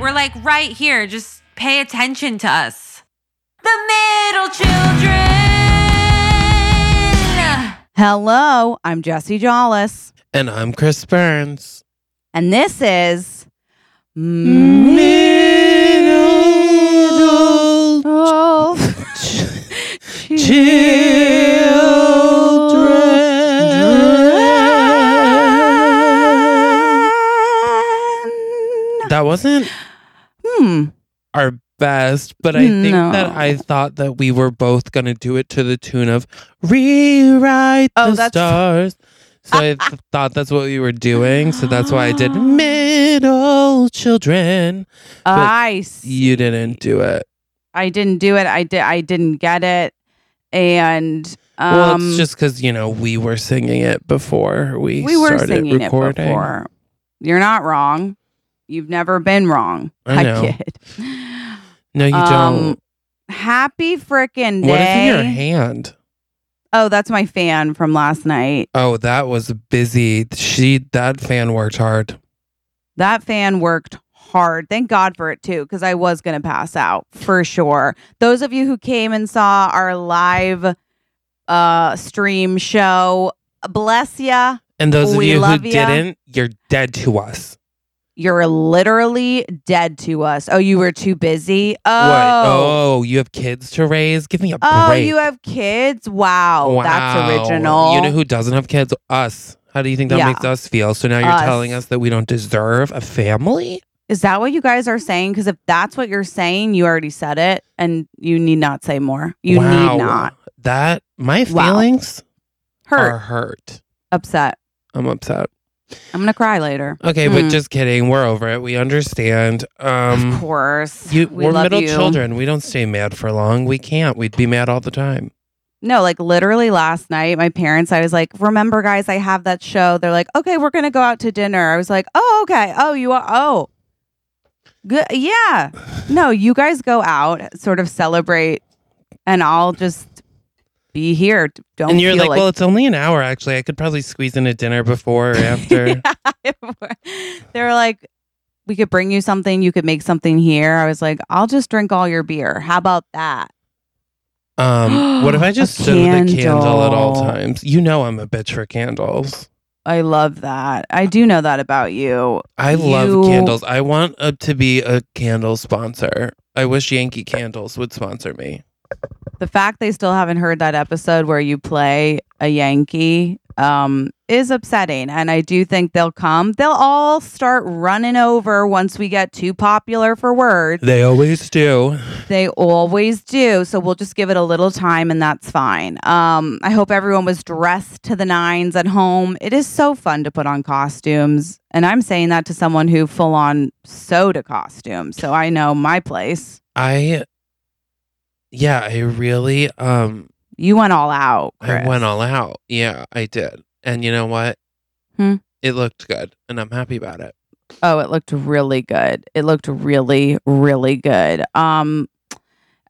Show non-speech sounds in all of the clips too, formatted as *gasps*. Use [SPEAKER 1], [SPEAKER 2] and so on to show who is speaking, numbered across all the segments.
[SPEAKER 1] right here. Just pay attention to us. The middle children.
[SPEAKER 2] Hello, I'm Jesse Jollis,
[SPEAKER 3] And I'm Chris Burns.
[SPEAKER 2] and this is
[SPEAKER 3] Middle
[SPEAKER 2] Middle Children.
[SPEAKER 3] That wasn't
[SPEAKER 2] Hmm.
[SPEAKER 3] our best, but I think
[SPEAKER 2] No.
[SPEAKER 3] that I thought that we were both going to do it to the tune of Rewrite
[SPEAKER 2] Oh,
[SPEAKER 3] the
[SPEAKER 2] that's-
[SPEAKER 3] Stars. So I th- thought that's what we were doing. So that's why
[SPEAKER 2] *gasps*
[SPEAKER 3] I did Middle Children.
[SPEAKER 2] I s-
[SPEAKER 3] You didn't do it.
[SPEAKER 2] I didn't do it. I did. I didn't get it, and um,
[SPEAKER 3] well, it's just because, you know, we were singing it before we,
[SPEAKER 2] we were
[SPEAKER 3] started
[SPEAKER 2] singing
[SPEAKER 3] recording.
[SPEAKER 2] it before. You're not wrong. You've never been wrong.
[SPEAKER 3] I know.
[SPEAKER 2] kid.
[SPEAKER 3] No, you
[SPEAKER 2] Um,
[SPEAKER 3] don't.
[SPEAKER 2] Happy frickin' day!
[SPEAKER 3] What is in your hand?
[SPEAKER 2] Oh, that's my fan from last night.
[SPEAKER 3] Oh, that was busy. She that fan worked hard.
[SPEAKER 2] That fan worked hard. Thank God for it too, because I was gonna pass out for sure. Those of you who came and saw our live uh stream show, bless ya.
[SPEAKER 3] And those
[SPEAKER 2] We
[SPEAKER 3] of you who
[SPEAKER 2] love ya.
[SPEAKER 3] didn't, you're dead to us.
[SPEAKER 2] You're literally dead to us. Oh, you were too busy.
[SPEAKER 3] What?
[SPEAKER 2] Oh,
[SPEAKER 3] Oh, you have kids to raise? Give me a
[SPEAKER 2] oh,
[SPEAKER 3] break.
[SPEAKER 2] you have kids. Wow,
[SPEAKER 3] Wow.
[SPEAKER 2] that's original.
[SPEAKER 3] You know who doesn't have kids? Us. How do you think that
[SPEAKER 2] Yeah. makes
[SPEAKER 3] makes us feel? So now you're
[SPEAKER 2] you're Us. telling
[SPEAKER 3] telling
[SPEAKER 2] us
[SPEAKER 3] us that we don't deserve a family?
[SPEAKER 2] Is that what you guys are saying? Because if that's what you're saying, you already said it, and you need not say more. You need not
[SPEAKER 3] That my
[SPEAKER 2] Wow.
[SPEAKER 3] feelings
[SPEAKER 2] hurt,
[SPEAKER 3] are hurt.
[SPEAKER 2] upset.
[SPEAKER 3] I'm upset.
[SPEAKER 2] I'm gonna cry later.
[SPEAKER 3] Okay,
[SPEAKER 2] Mm.
[SPEAKER 3] but just kidding. We're over it. We understand.
[SPEAKER 2] of
[SPEAKER 3] Um
[SPEAKER 2] course,
[SPEAKER 3] you,
[SPEAKER 2] we
[SPEAKER 3] we are
[SPEAKER 2] love
[SPEAKER 3] middle
[SPEAKER 2] you.
[SPEAKER 3] children. We don't stay mad for long. We can't. We'd be mad all the time.
[SPEAKER 2] No, like literally last night, my parents. I was like, "Remember, guys, I have that show." They're like, "Okay, we're gonna go out to dinner." I was like, "Oh, okay. Oh, you are. Oh, good. Yeah. No, you guys go out, sort of celebrate, and I'll just be here. Don't
[SPEAKER 3] and you're
[SPEAKER 2] feel
[SPEAKER 3] like, well, it's only an hour. Actually, I could probably squeeze in a dinner before
[SPEAKER 2] *laughs*
[SPEAKER 3] or after.
[SPEAKER 2] they were like, we could bring you something. You could make something here. I was like, I'll just drink all your beer. How about that?
[SPEAKER 3] um, what if I
[SPEAKER 2] *gasps*
[SPEAKER 3] just
[SPEAKER 2] A
[SPEAKER 3] stood with a candle at all
[SPEAKER 2] candle.
[SPEAKER 3] times? You know, I'm a bitch for candles.
[SPEAKER 2] I love that. I do know that about you.
[SPEAKER 3] I love
[SPEAKER 2] You-
[SPEAKER 3] candles. I want uh, to be a candle sponsor. I wish Yankee Candles would sponsor me.
[SPEAKER 2] The fact they still haven't heard that episode where you play a Yankee um, is upsetting. And I do think they'll come. They'll all start running over once we get too popular for words.
[SPEAKER 3] They always do.
[SPEAKER 2] They always do. So we'll just give it a little time and that's fine. Um, I hope everyone was dressed to the nines at home. It is so fun to put on costumes. And I'm saying that to someone who full on sewed a costume. So I know my place.
[SPEAKER 3] I, yeah, I really, um,
[SPEAKER 2] You went all out. Chris.
[SPEAKER 3] I went all out. Yeah, I did. And you know what?
[SPEAKER 2] Hmm.
[SPEAKER 3] It looked good, and I'm happy about it.
[SPEAKER 2] Oh, it looked really good. It looked really, really good. Um,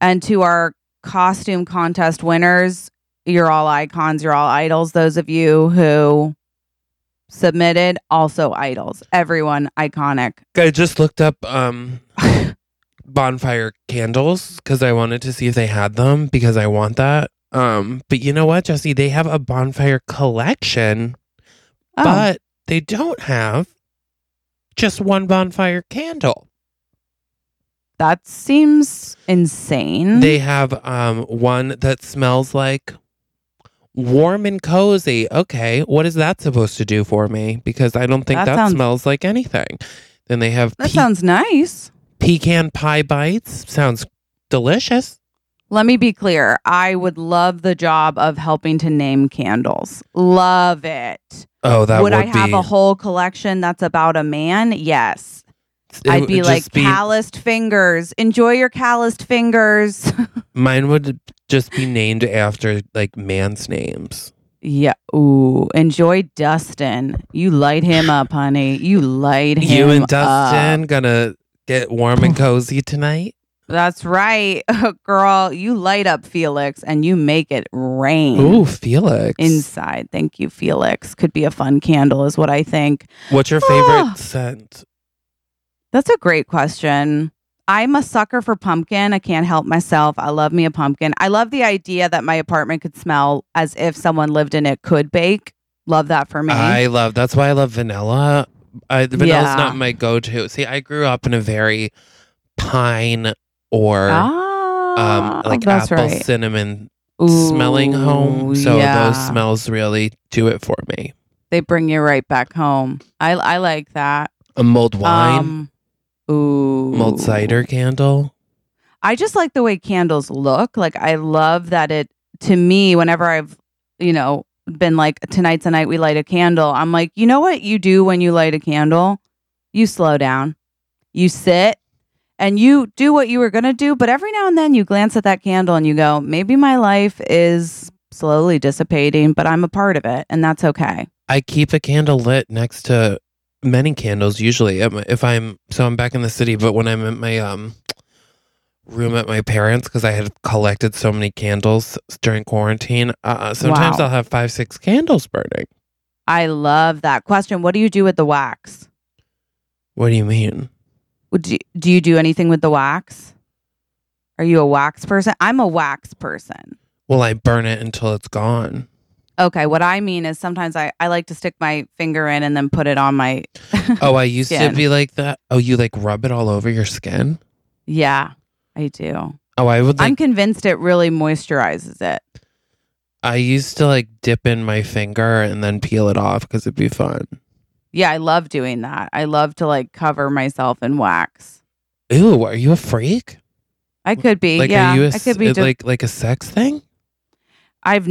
[SPEAKER 2] and to our costume contest winners, you're all icons, you're all idols. Those of you who submitted, also idols. Everyone iconic.
[SPEAKER 3] I just looked up
[SPEAKER 2] *laughs*
[SPEAKER 3] um bonfire candles because I wanted to see if they had them because I want that. Um, but you know what, Jesse? They have a bonfire collection,
[SPEAKER 2] Oh,
[SPEAKER 3] but they don't have just one bonfire candle.
[SPEAKER 2] that seems insane.
[SPEAKER 3] They have um one that smells like warm and cozy. Okay, what is that supposed to do for me? Because I don't think
[SPEAKER 2] That
[SPEAKER 3] that,
[SPEAKER 2] sounds-
[SPEAKER 3] smells like anything. Then they have
[SPEAKER 2] that
[SPEAKER 3] pe-
[SPEAKER 2] sounds nice.
[SPEAKER 3] pecan pie bites. Sounds delicious.
[SPEAKER 2] Let me be clear. I would love the job of helping to name candles. Love it.
[SPEAKER 3] Oh, that would,
[SPEAKER 2] I have
[SPEAKER 3] be,
[SPEAKER 2] a whole collection that's about a man? Yes.
[SPEAKER 3] it
[SPEAKER 2] I'd
[SPEAKER 3] would
[SPEAKER 2] be
[SPEAKER 3] just
[SPEAKER 2] like calloused fingers. Enjoy your calloused fingers. *laughs*
[SPEAKER 3] mine would just be named after like man's names.
[SPEAKER 2] yeah. Ooh. Enjoy Dustin. You light him up, honey. You light him.
[SPEAKER 3] You and
[SPEAKER 2] up.
[SPEAKER 3] Dustin gonna get
[SPEAKER 2] *sighs*
[SPEAKER 3] warm and cozy tonight.
[SPEAKER 2] That's right, *laughs* girl. You light up Felix, and you make it rain.
[SPEAKER 3] Ooh, Felix.
[SPEAKER 2] Inside. Thank you, Felix. Could be a fun candle, is what I think.
[SPEAKER 3] What's your
[SPEAKER 2] *gasps* Ah.
[SPEAKER 3] favorite scent?
[SPEAKER 2] That's a great question. I'm a sucker for pumpkin. I can't help myself. I love me a pumpkin. I love the idea that my apartment could smell as if someone lived in it could bake. Love that for me.
[SPEAKER 3] I love. That's why I love vanilla. I, the vanilla's
[SPEAKER 2] Yeah.
[SPEAKER 3] not my go-to. See, I grew up in a very pine or
[SPEAKER 2] ah,
[SPEAKER 3] um, like
[SPEAKER 2] that's
[SPEAKER 3] apple
[SPEAKER 2] right.
[SPEAKER 3] cinnamon smelling home.
[SPEAKER 2] Ooh,
[SPEAKER 3] So
[SPEAKER 2] yeah.
[SPEAKER 3] those smells really do it for me.
[SPEAKER 2] they bring you right back home. I I like that.
[SPEAKER 3] A mulled wine,
[SPEAKER 2] Um, ooh,
[SPEAKER 3] mulled cider candle.
[SPEAKER 2] I just like the way candles look. Like I love that it to me whenever I've, you know, been like tonight's a night we light a candle. I'm like, "You know what you do when you light a candle? You slow down. You sit and you do what you were going to do, but every now and then you glance at that candle and you go, "Maybe my life is slowly dissipating, but I'm a part of it and that's okay."
[SPEAKER 3] I keep a candle lit next to many candles usually at my- if I'm so I'm back in the city, but when I'm at my um room at my parents because I had collected so many candles during quarantine. Uh, sometimes
[SPEAKER 2] Wow.
[SPEAKER 3] I'll have five, six candles burning.
[SPEAKER 2] I love that question. What do you do with the wax?
[SPEAKER 3] What do you mean?
[SPEAKER 2] Do, do you do anything with the wax? Are you a wax person? I'm a wax person.
[SPEAKER 3] Well, I burn it until
[SPEAKER 2] *laughs*
[SPEAKER 3] it's gone.
[SPEAKER 2] Okay, what I mean is sometimes I, I like to stick my finger in and then put it on my *laughs*
[SPEAKER 3] Oh, I used to
[SPEAKER 2] Skin.
[SPEAKER 3] be like that. Oh, you like rub it all over your skin?
[SPEAKER 2] Yeah, I do.
[SPEAKER 3] Oh, I would
[SPEAKER 2] I'm
[SPEAKER 3] like
[SPEAKER 2] convinced it really moisturizes it.
[SPEAKER 3] I used to like dip in my finger and then peel it off because it'd be fun.
[SPEAKER 2] Yeah, I love doing that. I love to like cover myself in wax.
[SPEAKER 3] Ooh, are you a freak?
[SPEAKER 2] I could be.
[SPEAKER 3] Like
[SPEAKER 2] yeah,
[SPEAKER 3] are you a
[SPEAKER 2] I
[SPEAKER 3] s-
[SPEAKER 2] could be.
[SPEAKER 3] uh,
[SPEAKER 2] di-
[SPEAKER 3] like like a sex thing?
[SPEAKER 2] I've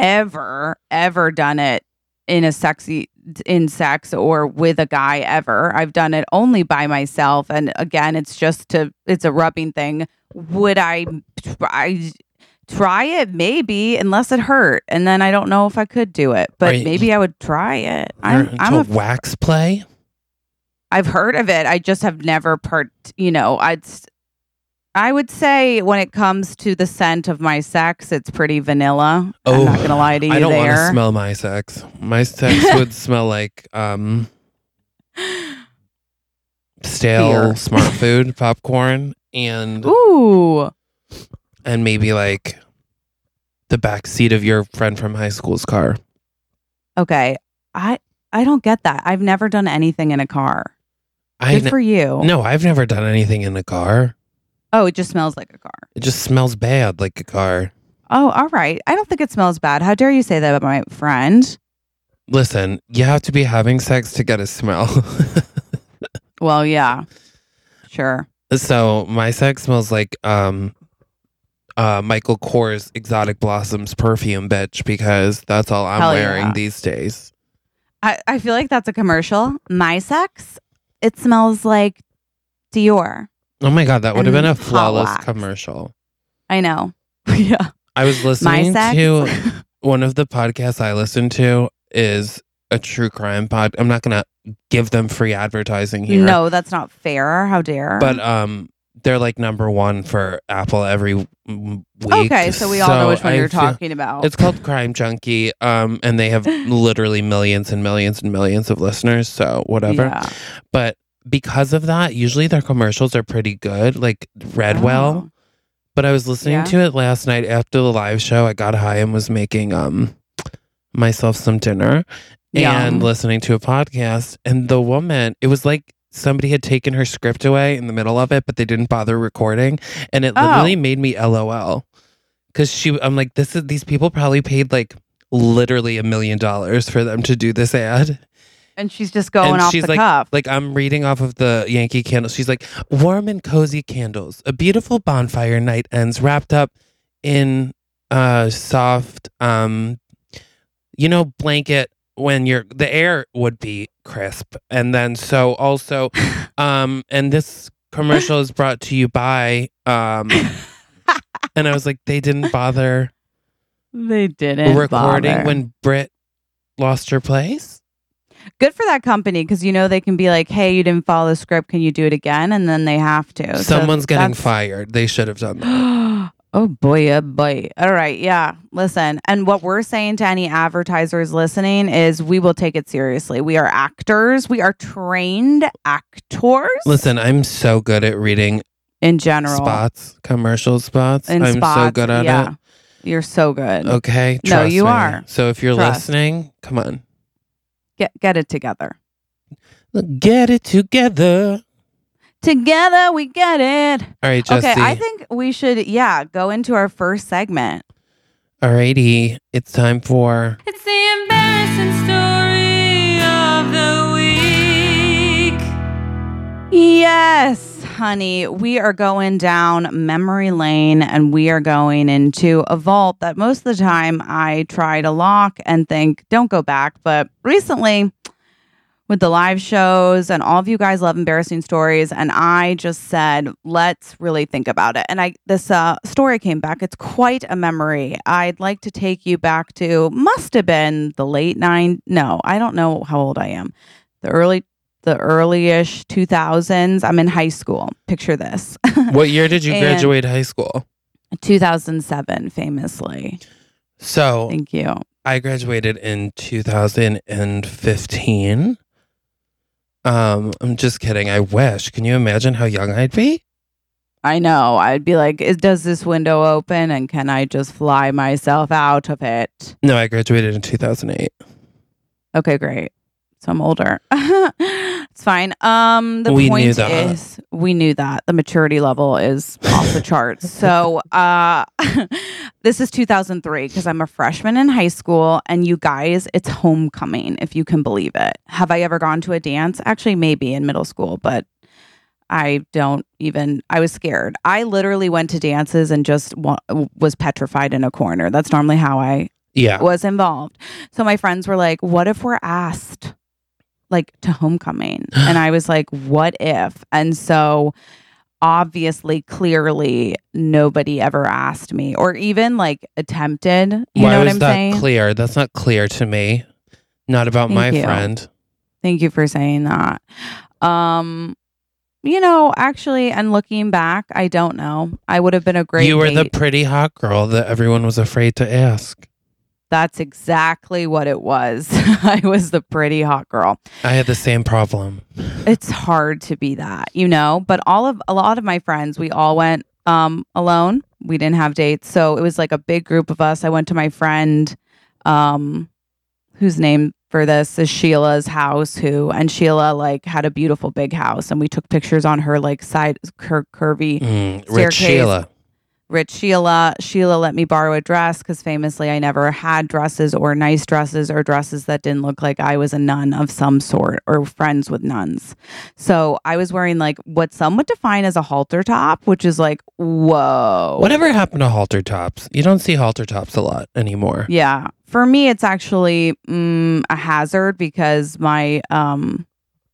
[SPEAKER 2] never ever done it in a sexy in sex or with a guy ever. I've done it only by myself and again it's just to it's a rubbing thing. Would I try try it maybe unless it hurt and then I don't know if I could do it, but
[SPEAKER 3] Right.
[SPEAKER 2] maybe I would try it.
[SPEAKER 3] I'm,
[SPEAKER 2] I'm, I'm a,
[SPEAKER 3] wax play.
[SPEAKER 2] I've heard of it. I just have never part, you know, I'd s- I would say when it comes to the scent of my sex, it's pretty vanilla. I'm not
[SPEAKER 3] Oh,
[SPEAKER 2] going to lie to you
[SPEAKER 3] I don't want
[SPEAKER 2] there.
[SPEAKER 3] to smell my sex.
[SPEAKER 2] *laughs*
[SPEAKER 3] My sex would smell like um stale
[SPEAKER 2] Beer.
[SPEAKER 3] smart
[SPEAKER 2] *laughs*
[SPEAKER 3] food, popcorn,
[SPEAKER 2] *gasps*
[SPEAKER 3] and
[SPEAKER 2] Ooh.
[SPEAKER 3] and maybe like the back seat of your friend from high school's car.
[SPEAKER 2] Okay. I I don't get that. I've never done anything in a car.
[SPEAKER 3] I
[SPEAKER 2] Good
[SPEAKER 3] n-
[SPEAKER 2] for you.
[SPEAKER 3] no, I've never done anything in a car.
[SPEAKER 2] Oh, it just smells like a car.
[SPEAKER 3] It just smells bad like a car.
[SPEAKER 2] Oh, all right. I don't think it smells bad. How dare you say that about my friend?
[SPEAKER 3] Listen, you have to be having sex to get a smell. *laughs*
[SPEAKER 2] Well, yeah. Sure.
[SPEAKER 3] so my sex smells like um uh Michael Kors Exotic Blossoms perfume, bitch, because that's all I'm
[SPEAKER 2] Hell
[SPEAKER 3] wearing
[SPEAKER 2] yeah.
[SPEAKER 3] these days.
[SPEAKER 2] I, I feel like that's a commercial. My sex, it smells like Dior.
[SPEAKER 3] Oh my god, that would have
[SPEAKER 2] And
[SPEAKER 3] been a
[SPEAKER 2] hot
[SPEAKER 3] flawless
[SPEAKER 2] wax.
[SPEAKER 3] commercial.
[SPEAKER 2] I know. *laughs* yeah.
[SPEAKER 3] I was
[SPEAKER 2] My
[SPEAKER 3] listening
[SPEAKER 2] sex.
[SPEAKER 3] to
[SPEAKER 2] *laughs*
[SPEAKER 3] one of the podcasts I listen to is a true crime pod. I'm not gonna give them free advertising here.
[SPEAKER 2] no, that's not fair. How dare.
[SPEAKER 3] but um they're like number one for Apple every w- week.
[SPEAKER 2] okay, so we all know which one
[SPEAKER 3] I
[SPEAKER 2] you're
[SPEAKER 3] feel-
[SPEAKER 2] talking about.
[SPEAKER 3] It's called Crime Junkie, um, and
[SPEAKER 2] *laughs*
[SPEAKER 3] they have literally millions and millions and millions of listeners. So whatever.
[SPEAKER 2] Yeah.
[SPEAKER 3] But because of that, usually their commercials are pretty good, like Redwell.
[SPEAKER 2] Oh.
[SPEAKER 3] But I was listening
[SPEAKER 2] Yeah.
[SPEAKER 3] to it last night after the live show. I got high and was making um myself some dinner
[SPEAKER 2] Yum.
[SPEAKER 3] and listening to a podcast. And the woman, it was like somebody had taken her script away in the middle of it, but they didn't bother recording. And it
[SPEAKER 2] Oh.
[SPEAKER 3] literally made me LOL. Cause she I'm like, this is these people probably paid like literally a million dollars for them to do this ad.
[SPEAKER 2] And she's just going
[SPEAKER 3] And
[SPEAKER 2] off
[SPEAKER 3] she's
[SPEAKER 2] the cuff.
[SPEAKER 3] Like I'm reading off of the Yankee candle. She's like, warm and cozy candles. A beautiful bonfire night ends wrapped up in uh soft um you know blanket when you're the air would be crisp. And then
[SPEAKER 2] *laughs*
[SPEAKER 3] so also um and this commercial is brought to you by
[SPEAKER 2] *laughs*
[SPEAKER 3] um and I was like they didn't bother
[SPEAKER 2] they didn't.
[SPEAKER 3] recording
[SPEAKER 2] bother.
[SPEAKER 3] when Brit lost her place.
[SPEAKER 2] Good for that company because you know they can be like, hey, you didn't follow the script. Can you do it again? And then they have to. Oh, So
[SPEAKER 3] Someone's getting
[SPEAKER 2] that's-
[SPEAKER 3] fired. They should have done that.
[SPEAKER 2] *gasps* oh boy, oh boy. All right, yeah. Listen, and what we're saying to any advertisers listening is we will take it seriously. We are actors. We are trained actors.
[SPEAKER 3] Listen, I'm so good at reading
[SPEAKER 2] in general.
[SPEAKER 3] spots, commercial spots.
[SPEAKER 2] In
[SPEAKER 3] I'm
[SPEAKER 2] spots,
[SPEAKER 3] so good at
[SPEAKER 2] yeah.
[SPEAKER 3] it.
[SPEAKER 2] You're so good.
[SPEAKER 3] Okay.
[SPEAKER 2] No,
[SPEAKER 3] trust
[SPEAKER 2] you
[SPEAKER 3] me.
[SPEAKER 2] are.
[SPEAKER 3] So if you're
[SPEAKER 2] Trust.
[SPEAKER 3] listening, come on.
[SPEAKER 2] Get get it together.
[SPEAKER 3] Get it together.
[SPEAKER 2] Together we get it.
[SPEAKER 3] All right, Jesse.
[SPEAKER 2] Okay, I think we should yeah, go into our first segment.
[SPEAKER 3] Alrighty. It's time for
[SPEAKER 1] It's the embarrassing story of the week.
[SPEAKER 2] Yes, honey. We are going down memory lane and we are going into a vault that most of the time I try to lock and think, don't go back. But recently, with the live shows and all of you guys love embarrassing stories and I just said let's really think about it and I this uh, story came back it's quite a memory I'd like to take you back to must have been the late 9 no I don't know how old I am the early the early-ish 2000s I'm in high school picture this *laughs*
[SPEAKER 3] what year did you
[SPEAKER 2] And-
[SPEAKER 3] graduate high school?
[SPEAKER 2] 2007 famously
[SPEAKER 3] So
[SPEAKER 2] thank you
[SPEAKER 3] I graduated in 2015. Um, I'm just kidding. I wish. Can you imagine how young I'd be?
[SPEAKER 2] I know I'd be like is, does this window open and can I just fly myself out of it
[SPEAKER 3] No, I graduated in 2008.
[SPEAKER 2] Okay, great. So I'm older. *laughs* it's fine. Um, the
[SPEAKER 3] We knew
[SPEAKER 2] point
[SPEAKER 3] that.
[SPEAKER 2] is, we knew that the maturity level is off the charts.
[SPEAKER 3] *laughs*
[SPEAKER 2] So, uh, *laughs* this is 2003 because I'm a freshman in high school, and you guys, it's homecoming if you can believe it. Have I ever gone to a dance? Actually, maybe in middle school, but I don't even. I was scared. I literally went to dances and just wa- was petrified in a corner. That's normally how I
[SPEAKER 3] Yeah.
[SPEAKER 2] was involved. So my friends were like, "What if we're asked like to
[SPEAKER 3] *gasps*
[SPEAKER 2] homecoming?" And I was like, "What if?" And so obviously clearly nobody ever asked me or even like attempted, you
[SPEAKER 3] Why
[SPEAKER 2] know what
[SPEAKER 3] was
[SPEAKER 2] I'm
[SPEAKER 3] that
[SPEAKER 2] saying?
[SPEAKER 3] clear? That's not clear to me. Not about
[SPEAKER 2] Thank
[SPEAKER 3] my
[SPEAKER 2] you.
[SPEAKER 3] friend.
[SPEAKER 2] Thank you for saying that. Um you know, actually and looking back, I don't know. I would have been a great
[SPEAKER 3] you were the
[SPEAKER 2] date.
[SPEAKER 3] pretty hot girl that everyone was afraid to ask.
[SPEAKER 2] That's exactly what it was. *laughs* I was the pretty hot girl.
[SPEAKER 3] I had the same problem.
[SPEAKER 2] it's hard to be that, you know. But all of a lot of my friends, we all went um, alone. We didn't have dates, so it was like a big group of us. I went to my friend, um, whose name for this is Sheila's house, who and Sheila like had a beautiful big house, and we took pictures on her like side cur- curvy
[SPEAKER 3] Mm, Rich
[SPEAKER 2] Staircase.
[SPEAKER 3] Sheila.
[SPEAKER 2] rich Sheila. Sheila let me borrow a dress because famously I never had dresses or nice dresses or dresses that didn't look like I was a nun of some sort or friends with nuns. So I was wearing like what some would define as a halter top, which is like, whoa.
[SPEAKER 3] Whatever happened to halter tops? You don't see halter tops a lot anymore.
[SPEAKER 2] Yeah. For me, it's actually mm, a hazard because my um,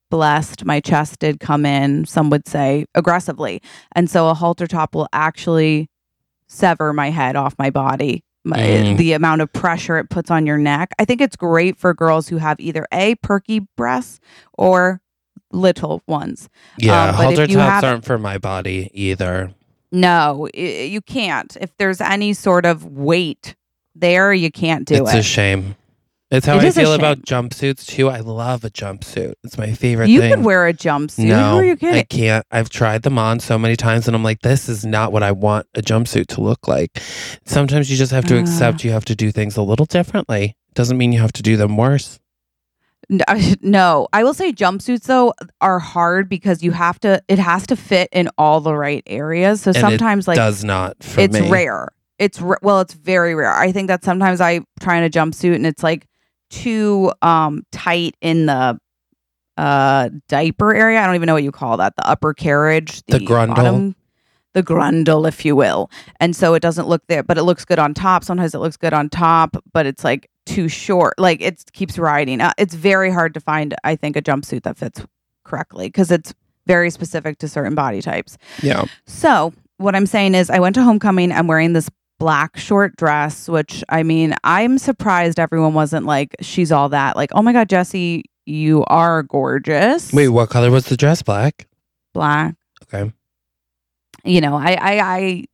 [SPEAKER 2] blessed, my chest did come in, some would say aggressively. And so a halter top will actually sever my head off my body. My,
[SPEAKER 3] Mm.
[SPEAKER 2] The amount of pressure it puts on your neck. I think it's great for girls who have either A, perky breasts or little ones. Um,
[SPEAKER 3] Yeah,
[SPEAKER 2] but if
[SPEAKER 3] halter
[SPEAKER 2] you
[SPEAKER 3] tops
[SPEAKER 2] have-
[SPEAKER 3] aren't for my body either.
[SPEAKER 2] No, i you can't. If there's any sort of weight there, you can't do
[SPEAKER 3] it's
[SPEAKER 2] it.
[SPEAKER 3] a shame. It's how
[SPEAKER 2] It
[SPEAKER 3] I
[SPEAKER 2] is a
[SPEAKER 3] feel
[SPEAKER 2] shame.
[SPEAKER 3] about jumpsuits too. I love a jumpsuit. It's my favorite
[SPEAKER 2] you
[SPEAKER 3] thing.
[SPEAKER 2] could wear a jumpsuit.
[SPEAKER 3] no,
[SPEAKER 2] Who are you e-, kidding?
[SPEAKER 3] I can't. I've tried them on so many times, and I'm like, this is not what I want a jumpsuit to look like. Sometimes you just have to
[SPEAKER 2] Ah.
[SPEAKER 3] accept you have to do things a little differently. Doesn't mean you have to do them worse.
[SPEAKER 2] N- I- *laughs* No, I will say jumpsuits though are hard because you have to. It has to fit in all the right areas. So
[SPEAKER 3] it
[SPEAKER 2] sometimes, like,
[SPEAKER 3] Does not for
[SPEAKER 2] it's
[SPEAKER 3] me.
[SPEAKER 2] rare. It's r- well, it's very rare. I think that sometimes I try on a jumpsuit and it's like too um tight in the uh diaper area. I don't even know what you call that. The upper carriage,
[SPEAKER 3] The
[SPEAKER 2] the,
[SPEAKER 3] grundle.
[SPEAKER 2] bottom- the grundle, if you will. And so it doesn't look there, but it looks good on top. Sometimes it looks good on top, but it's like too short. Like it keeps riding. Uh, It's very hard to find, I think, a jumpsuit that fits correctly because it's very specific to certain body types.
[SPEAKER 3] Yeah.
[SPEAKER 2] So, what I'm saying is, I went to homecoming. I'm wearing this black short dress, which I mean, I'm surprised everyone wasn't like, she's all that. Like, oh my God, Jesse, you are gorgeous.
[SPEAKER 3] Wait, what color was the dress? Black.
[SPEAKER 2] black.
[SPEAKER 3] Okay.
[SPEAKER 2] You know, I, I, I,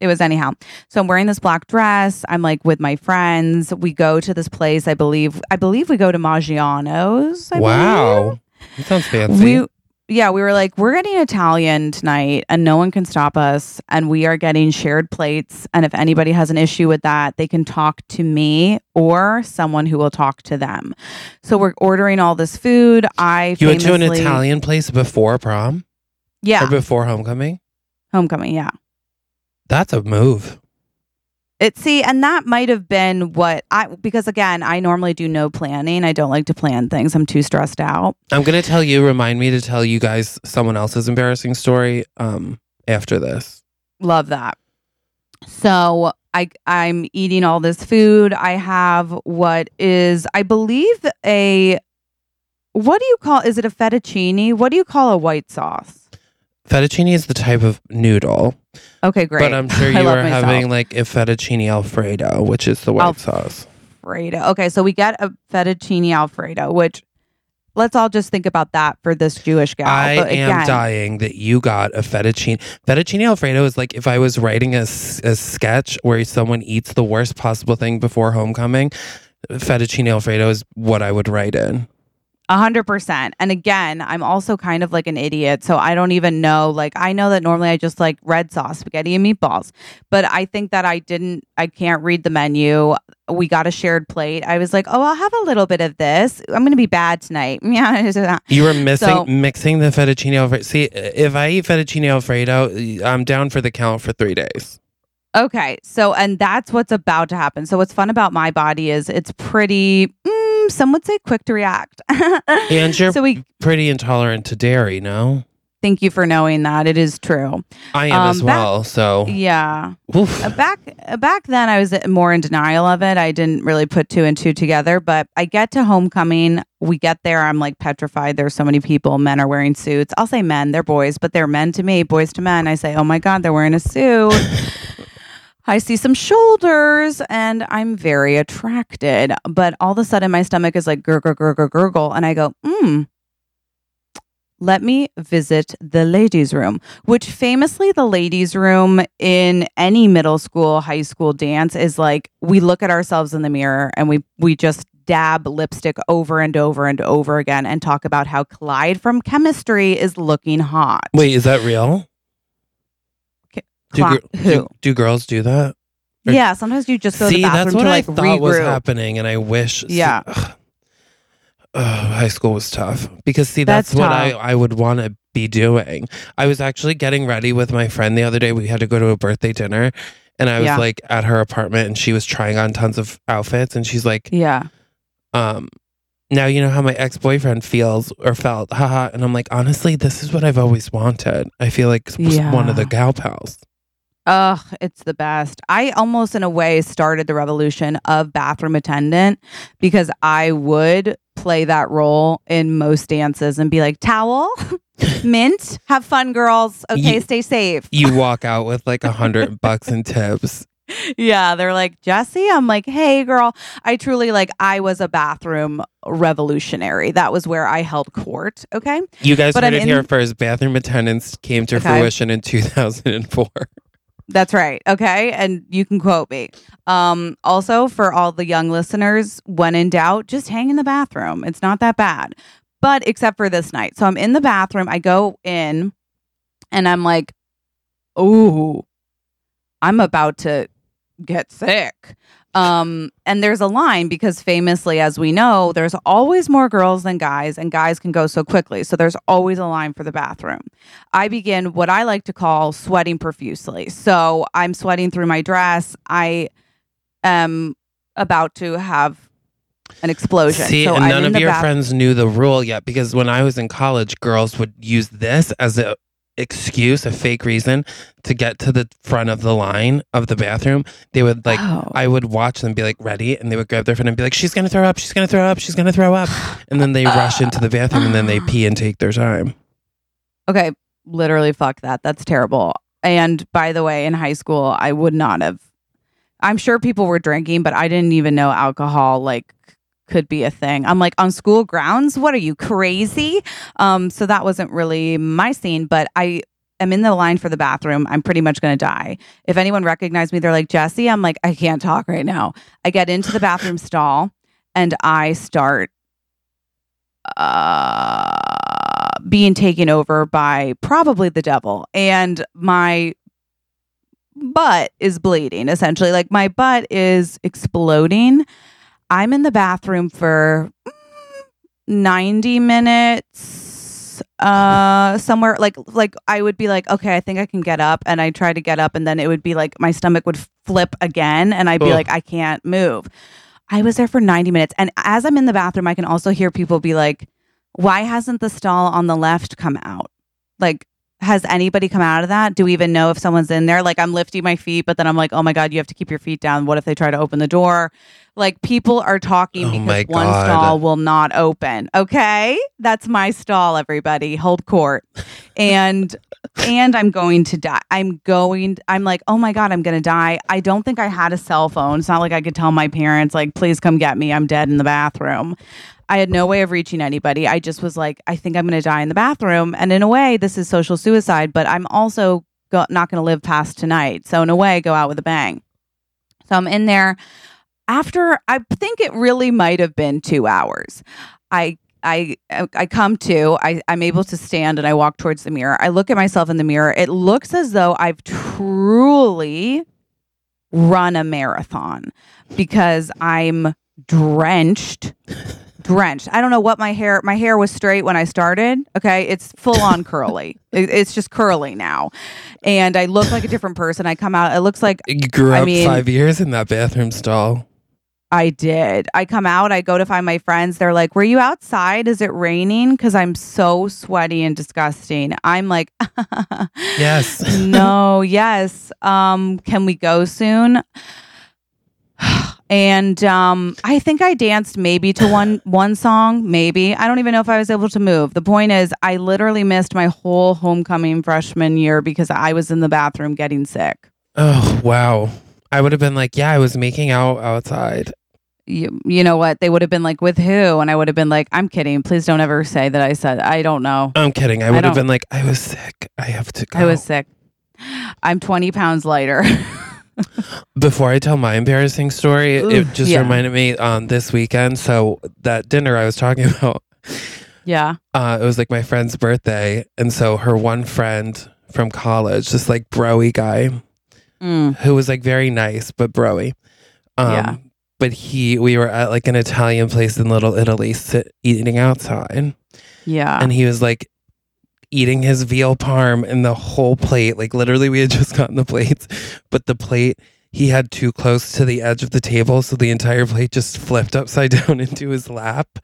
[SPEAKER 2] it was anyhow. So I'm wearing this black dress. I'm like with my friends. We go to this place. I believe, I believe we go to Maggiano's. I
[SPEAKER 3] wow.
[SPEAKER 2] believe.
[SPEAKER 3] That sounds fancy.
[SPEAKER 2] We yeah, we were like, we're getting Italian tonight and no one can stop us. And we are getting shared plates. And if anybody has an issue with that, they can talk to me or someone who will talk to them. So we're ordering all this food. I
[SPEAKER 3] You went to an
[SPEAKER 2] famously-
[SPEAKER 3] Italian place before prom or
[SPEAKER 2] Yeah.
[SPEAKER 3] before homecoming?
[SPEAKER 2] Homecoming. Yeah.
[SPEAKER 3] That's a move.
[SPEAKER 2] It see, and that might have been what I because again, I normally do no planning. I don't like to plan things. I'm too stressed out.
[SPEAKER 3] I'm gonna tell you. Remind me to tell you guys someone else's embarrassing story. Um, after this,
[SPEAKER 2] Love that. So I I'm eating all this food. I have what is I believe a what do you call is it a fettuccine? What do you call a white sauce?
[SPEAKER 3] fettuccine is the type of noodle,
[SPEAKER 2] Okay, great.
[SPEAKER 3] but
[SPEAKER 2] *laughs*
[SPEAKER 3] I'm sure
[SPEAKER 2] I
[SPEAKER 3] you
[SPEAKER 2] love
[SPEAKER 3] are
[SPEAKER 2] myself.
[SPEAKER 3] having like a fettuccine alfredo, which is the white
[SPEAKER 2] Alf-
[SPEAKER 3] sauce.
[SPEAKER 2] Alfredo. Okay, so we get a fettuccine alfredo, which let's all just think about that for this Jewish gal.
[SPEAKER 3] I
[SPEAKER 2] But
[SPEAKER 3] am
[SPEAKER 2] again-
[SPEAKER 3] dying that you got a fettuccine. Fettuccine alfredo is like if I was writing a, s- a sketch where someone eats the worst possible thing before homecoming. Fettuccine alfredo is what I would write in.
[SPEAKER 2] A hundred percent. And again, I'm also kind of like an idiot. So I don't even know. Like, I know that normally I just like red sauce, spaghetti, and meatballs. But I think that I didn't, I can't read the menu. We got a shared plate. I was like, oh, I'll have a little bit of this. I'm going to be bad tonight. *laughs* Yeah. uh,
[SPEAKER 3] You were missing
[SPEAKER 2] So-
[SPEAKER 3] mixing the fettuccine alfredo. See, if I eat fettuccine alfredo, I'm down for the count for three days.
[SPEAKER 2] Okay. So, and that's what's about to happen. So, what's fun about my body is it's pretty, mm, some would say quick to react. *laughs*
[SPEAKER 3] And you're
[SPEAKER 2] so, we
[SPEAKER 3] pretty intolerant to dairy, no?
[SPEAKER 2] thank you for knowing that. It is true.
[SPEAKER 3] I am
[SPEAKER 2] Um,
[SPEAKER 3] as
[SPEAKER 2] that-
[SPEAKER 3] well. so,
[SPEAKER 2] Yeah.
[SPEAKER 3] oof.
[SPEAKER 2] Uh, back uh, back then I was more in denial of it. I didn't really put two and two together, but I get to homecoming, we get there, I'm like petrified. There's so many people, men are wearing suits. I'll say men, they're boys, but they're men to me, boys to men. I say, "Oh my god, they're wearing a suit." I see some shoulders and I'm very attracted, but all of a sudden my stomach is like gurgle, gurgle, gurgle. And I go, hmm, let me visit the ladies' room, which famously, the ladies' room in any middle school, high school dance is like we look at ourselves in the mirror and we, we just dab lipstick over and over and over again and talk about how Clyde from chemistry is looking hot.
[SPEAKER 3] Wait, is that real?
[SPEAKER 2] K-
[SPEAKER 3] Do,
[SPEAKER 2] cla-
[SPEAKER 3] gir-
[SPEAKER 2] who? *laughs*
[SPEAKER 3] do, do girls do that? or-
[SPEAKER 2] Yeah, sometimes you just go to
[SPEAKER 3] See,
[SPEAKER 2] the bathroom
[SPEAKER 3] that's what
[SPEAKER 2] to like
[SPEAKER 3] I thought was
[SPEAKER 2] regroup.
[SPEAKER 3] happening, and I wish. see-
[SPEAKER 2] Yeah.
[SPEAKER 3] ugh. *sighs* Ugh, high school was tough because see that's,
[SPEAKER 2] That's
[SPEAKER 3] what I, I would want to be doing. I was actually getting ready with my friend the other day. We had to go to a birthday dinner, and I was
[SPEAKER 2] Yeah.
[SPEAKER 3] like at her apartment, and she was trying on tons of outfits, and she's like,
[SPEAKER 2] Yeah.
[SPEAKER 3] um now you know how my ex-boyfriend feels or felt haha and i'm like honestly this is what i've always wanted i feel like s-
[SPEAKER 2] Yeah.
[SPEAKER 3] one of the gal pals
[SPEAKER 2] Ugh, it's the best. I almost, in a way, started the revolution of bathroom attendant because I would play that role in most dances and be like, towel, *laughs* mint, have fun, girls. Okay,
[SPEAKER 3] You-
[SPEAKER 2] stay safe.
[SPEAKER 3] you walk out with like
[SPEAKER 2] *laughs*
[SPEAKER 3] a hundred bucks in tips
[SPEAKER 2] yeah, they're like, Jesse. I'm like, hey, girl. I truly, like, I was a bathroom revolutionary. That was where I held court. Okay.
[SPEAKER 3] you guys
[SPEAKER 2] But
[SPEAKER 3] heard
[SPEAKER 2] I'm
[SPEAKER 3] it here
[SPEAKER 2] in-
[SPEAKER 3] first bathroom attendants came to
[SPEAKER 2] Okay.
[SPEAKER 3] fruition in 2004
[SPEAKER 2] That's right. Okay. And you can quote me. Um, also, for all the young listeners, when in doubt, just hang in the bathroom. It's not that bad. But except for this night. So I'm in the bathroom. I go in and I'm like, oh, I'm about to get sick. Um, and there's a line because famously, as we know, there's always more girls than guys, and guys can go so quickly. So there's always a line for the bathroom. I begin what I like to call sweating profusely. So I'm sweating through my dress. I am about to have an explosion.
[SPEAKER 3] see
[SPEAKER 2] so
[SPEAKER 3] and
[SPEAKER 2] I'm
[SPEAKER 3] none
[SPEAKER 2] in
[SPEAKER 3] of
[SPEAKER 2] the
[SPEAKER 3] your
[SPEAKER 2] bath-
[SPEAKER 3] friends knew the rule yet because when i was in college girls would use this as a excuse a fake reason to get to the front of the line of the bathroom they would
[SPEAKER 2] *gasps*
[SPEAKER 3] like
[SPEAKER 2] Oh.
[SPEAKER 3] I would watch them be like ready, and they would grab their friend and be like, "She's gonna throw up! She's gonna throw up! She's gonna throw up!" And then they rush into the bathroom and then
[SPEAKER 2] *sighs*
[SPEAKER 3] they pee and take their time.
[SPEAKER 2] Okay, literally fuck that. That's terrible. And by the way, in high school, I would not have I'm sure people were drinking, but I didn't even know alcohol like could be a thing. I'm like on school grounds, what are you crazy? Um so that wasn't really my scene, but I am in the line for the bathroom. I'm pretty much going to die. If anyone recognized me, they're like, "Jesse." I'm like, "I can't talk right now." I get into the bathroom stall and I start uh being taken over by probably the devil and my butt is bleeding essentially like my butt is exploding i'm in the bathroom for mm, 90 minutes uh somewhere like like i would be like okay i think i can get up and i try to get up and then it would be like my stomach would flip again and i'd be
[SPEAKER 3] Ugh.
[SPEAKER 2] like i can't move i was there for 90 minutes and as i'm in the bathroom i can also hear people be like why hasn't the stall on the left come out like has anybody come out of that? Do we even know if someone's in there? Like I'm lifting my feet, but then I'm like, oh my God, you have to keep your feet down. What if they try to open the door? Like people are talking
[SPEAKER 3] Oh my
[SPEAKER 2] because one
[SPEAKER 3] God.
[SPEAKER 2] stall will not open. Okay. That's my stall, everybody. Hold court. And and I'm going to die. I'm going I'm like, oh my God, I'm gonna die. I don't think I had a cell phone. It's not like I could tell my parents, like, please come get me. I'm dead in the bathroom. I had no way of reaching anybody. I just was like, I think I'm going to die in the bathroom. And in a way, this is social suicide, but I'm also go- not going to live past tonight. So, in a way, go out with a bang. So, I'm in there. After I think it really might have been two hours, I. I I come to I I'm able to stand and I walk towards the mirror. I look at myself in the mirror. It looks as though I've truly run a marathon because I'm drenched drenched. I don't know what my hair my hair was straight when I started. Okay, it's full on curly. It- it's just curly now. And I look like a different person. I come out it looks like
[SPEAKER 3] You grew
[SPEAKER 2] I
[SPEAKER 3] up
[SPEAKER 2] mean-
[SPEAKER 3] five years in that bathroom stall.
[SPEAKER 2] I did. I come out, I go to find my friends. They're like, "Were you outside? Is it raining?" cuz I'm so sweaty and disgusting. I'm like *laughs*
[SPEAKER 3] Yes.
[SPEAKER 2] no, yes. Um, can we go soon? *sighs* And um, I think I danced maybe to one one song, maybe. I don't even know if I was able to move. The point is, I literally missed my whole homecoming freshman year because I was in the bathroom getting sick.
[SPEAKER 3] Oh wow. I would have been like, yeah, I was making out outside.
[SPEAKER 2] You, you know what? They would have been like, "With who?" And I would have been like, "I'm kidding. Please don't ever say that I said I don't know."
[SPEAKER 3] I'm kidding. I would have
[SPEAKER 2] don't-
[SPEAKER 3] been like, I was sick. I have to go.
[SPEAKER 2] I was sick. I'm 20 pounds lighter. *laughs*
[SPEAKER 3] Before I tell my embarrassing story,
[SPEAKER 2] Ooh,
[SPEAKER 3] it just
[SPEAKER 2] yeah.
[SPEAKER 3] reminded me on this weekend. So that dinner I was talking *laughs* about,
[SPEAKER 2] yeah.
[SPEAKER 3] uh, it was like my friend's birthday, and so her one friend from college, this like broy guy,
[SPEAKER 2] Mm.
[SPEAKER 3] who was like very nice but broy. Um,
[SPEAKER 2] Yeah.
[SPEAKER 3] But he, we were at like an Italian place in Little Italy, sit, eating outside,
[SPEAKER 2] Yeah.
[SPEAKER 3] and he was like eating his veal parm and the whole plate like literally we had *laughs* just gotten the plates but the plate he had too close to the edge of the table so the entire plate just flipped upside *laughs* down into his lap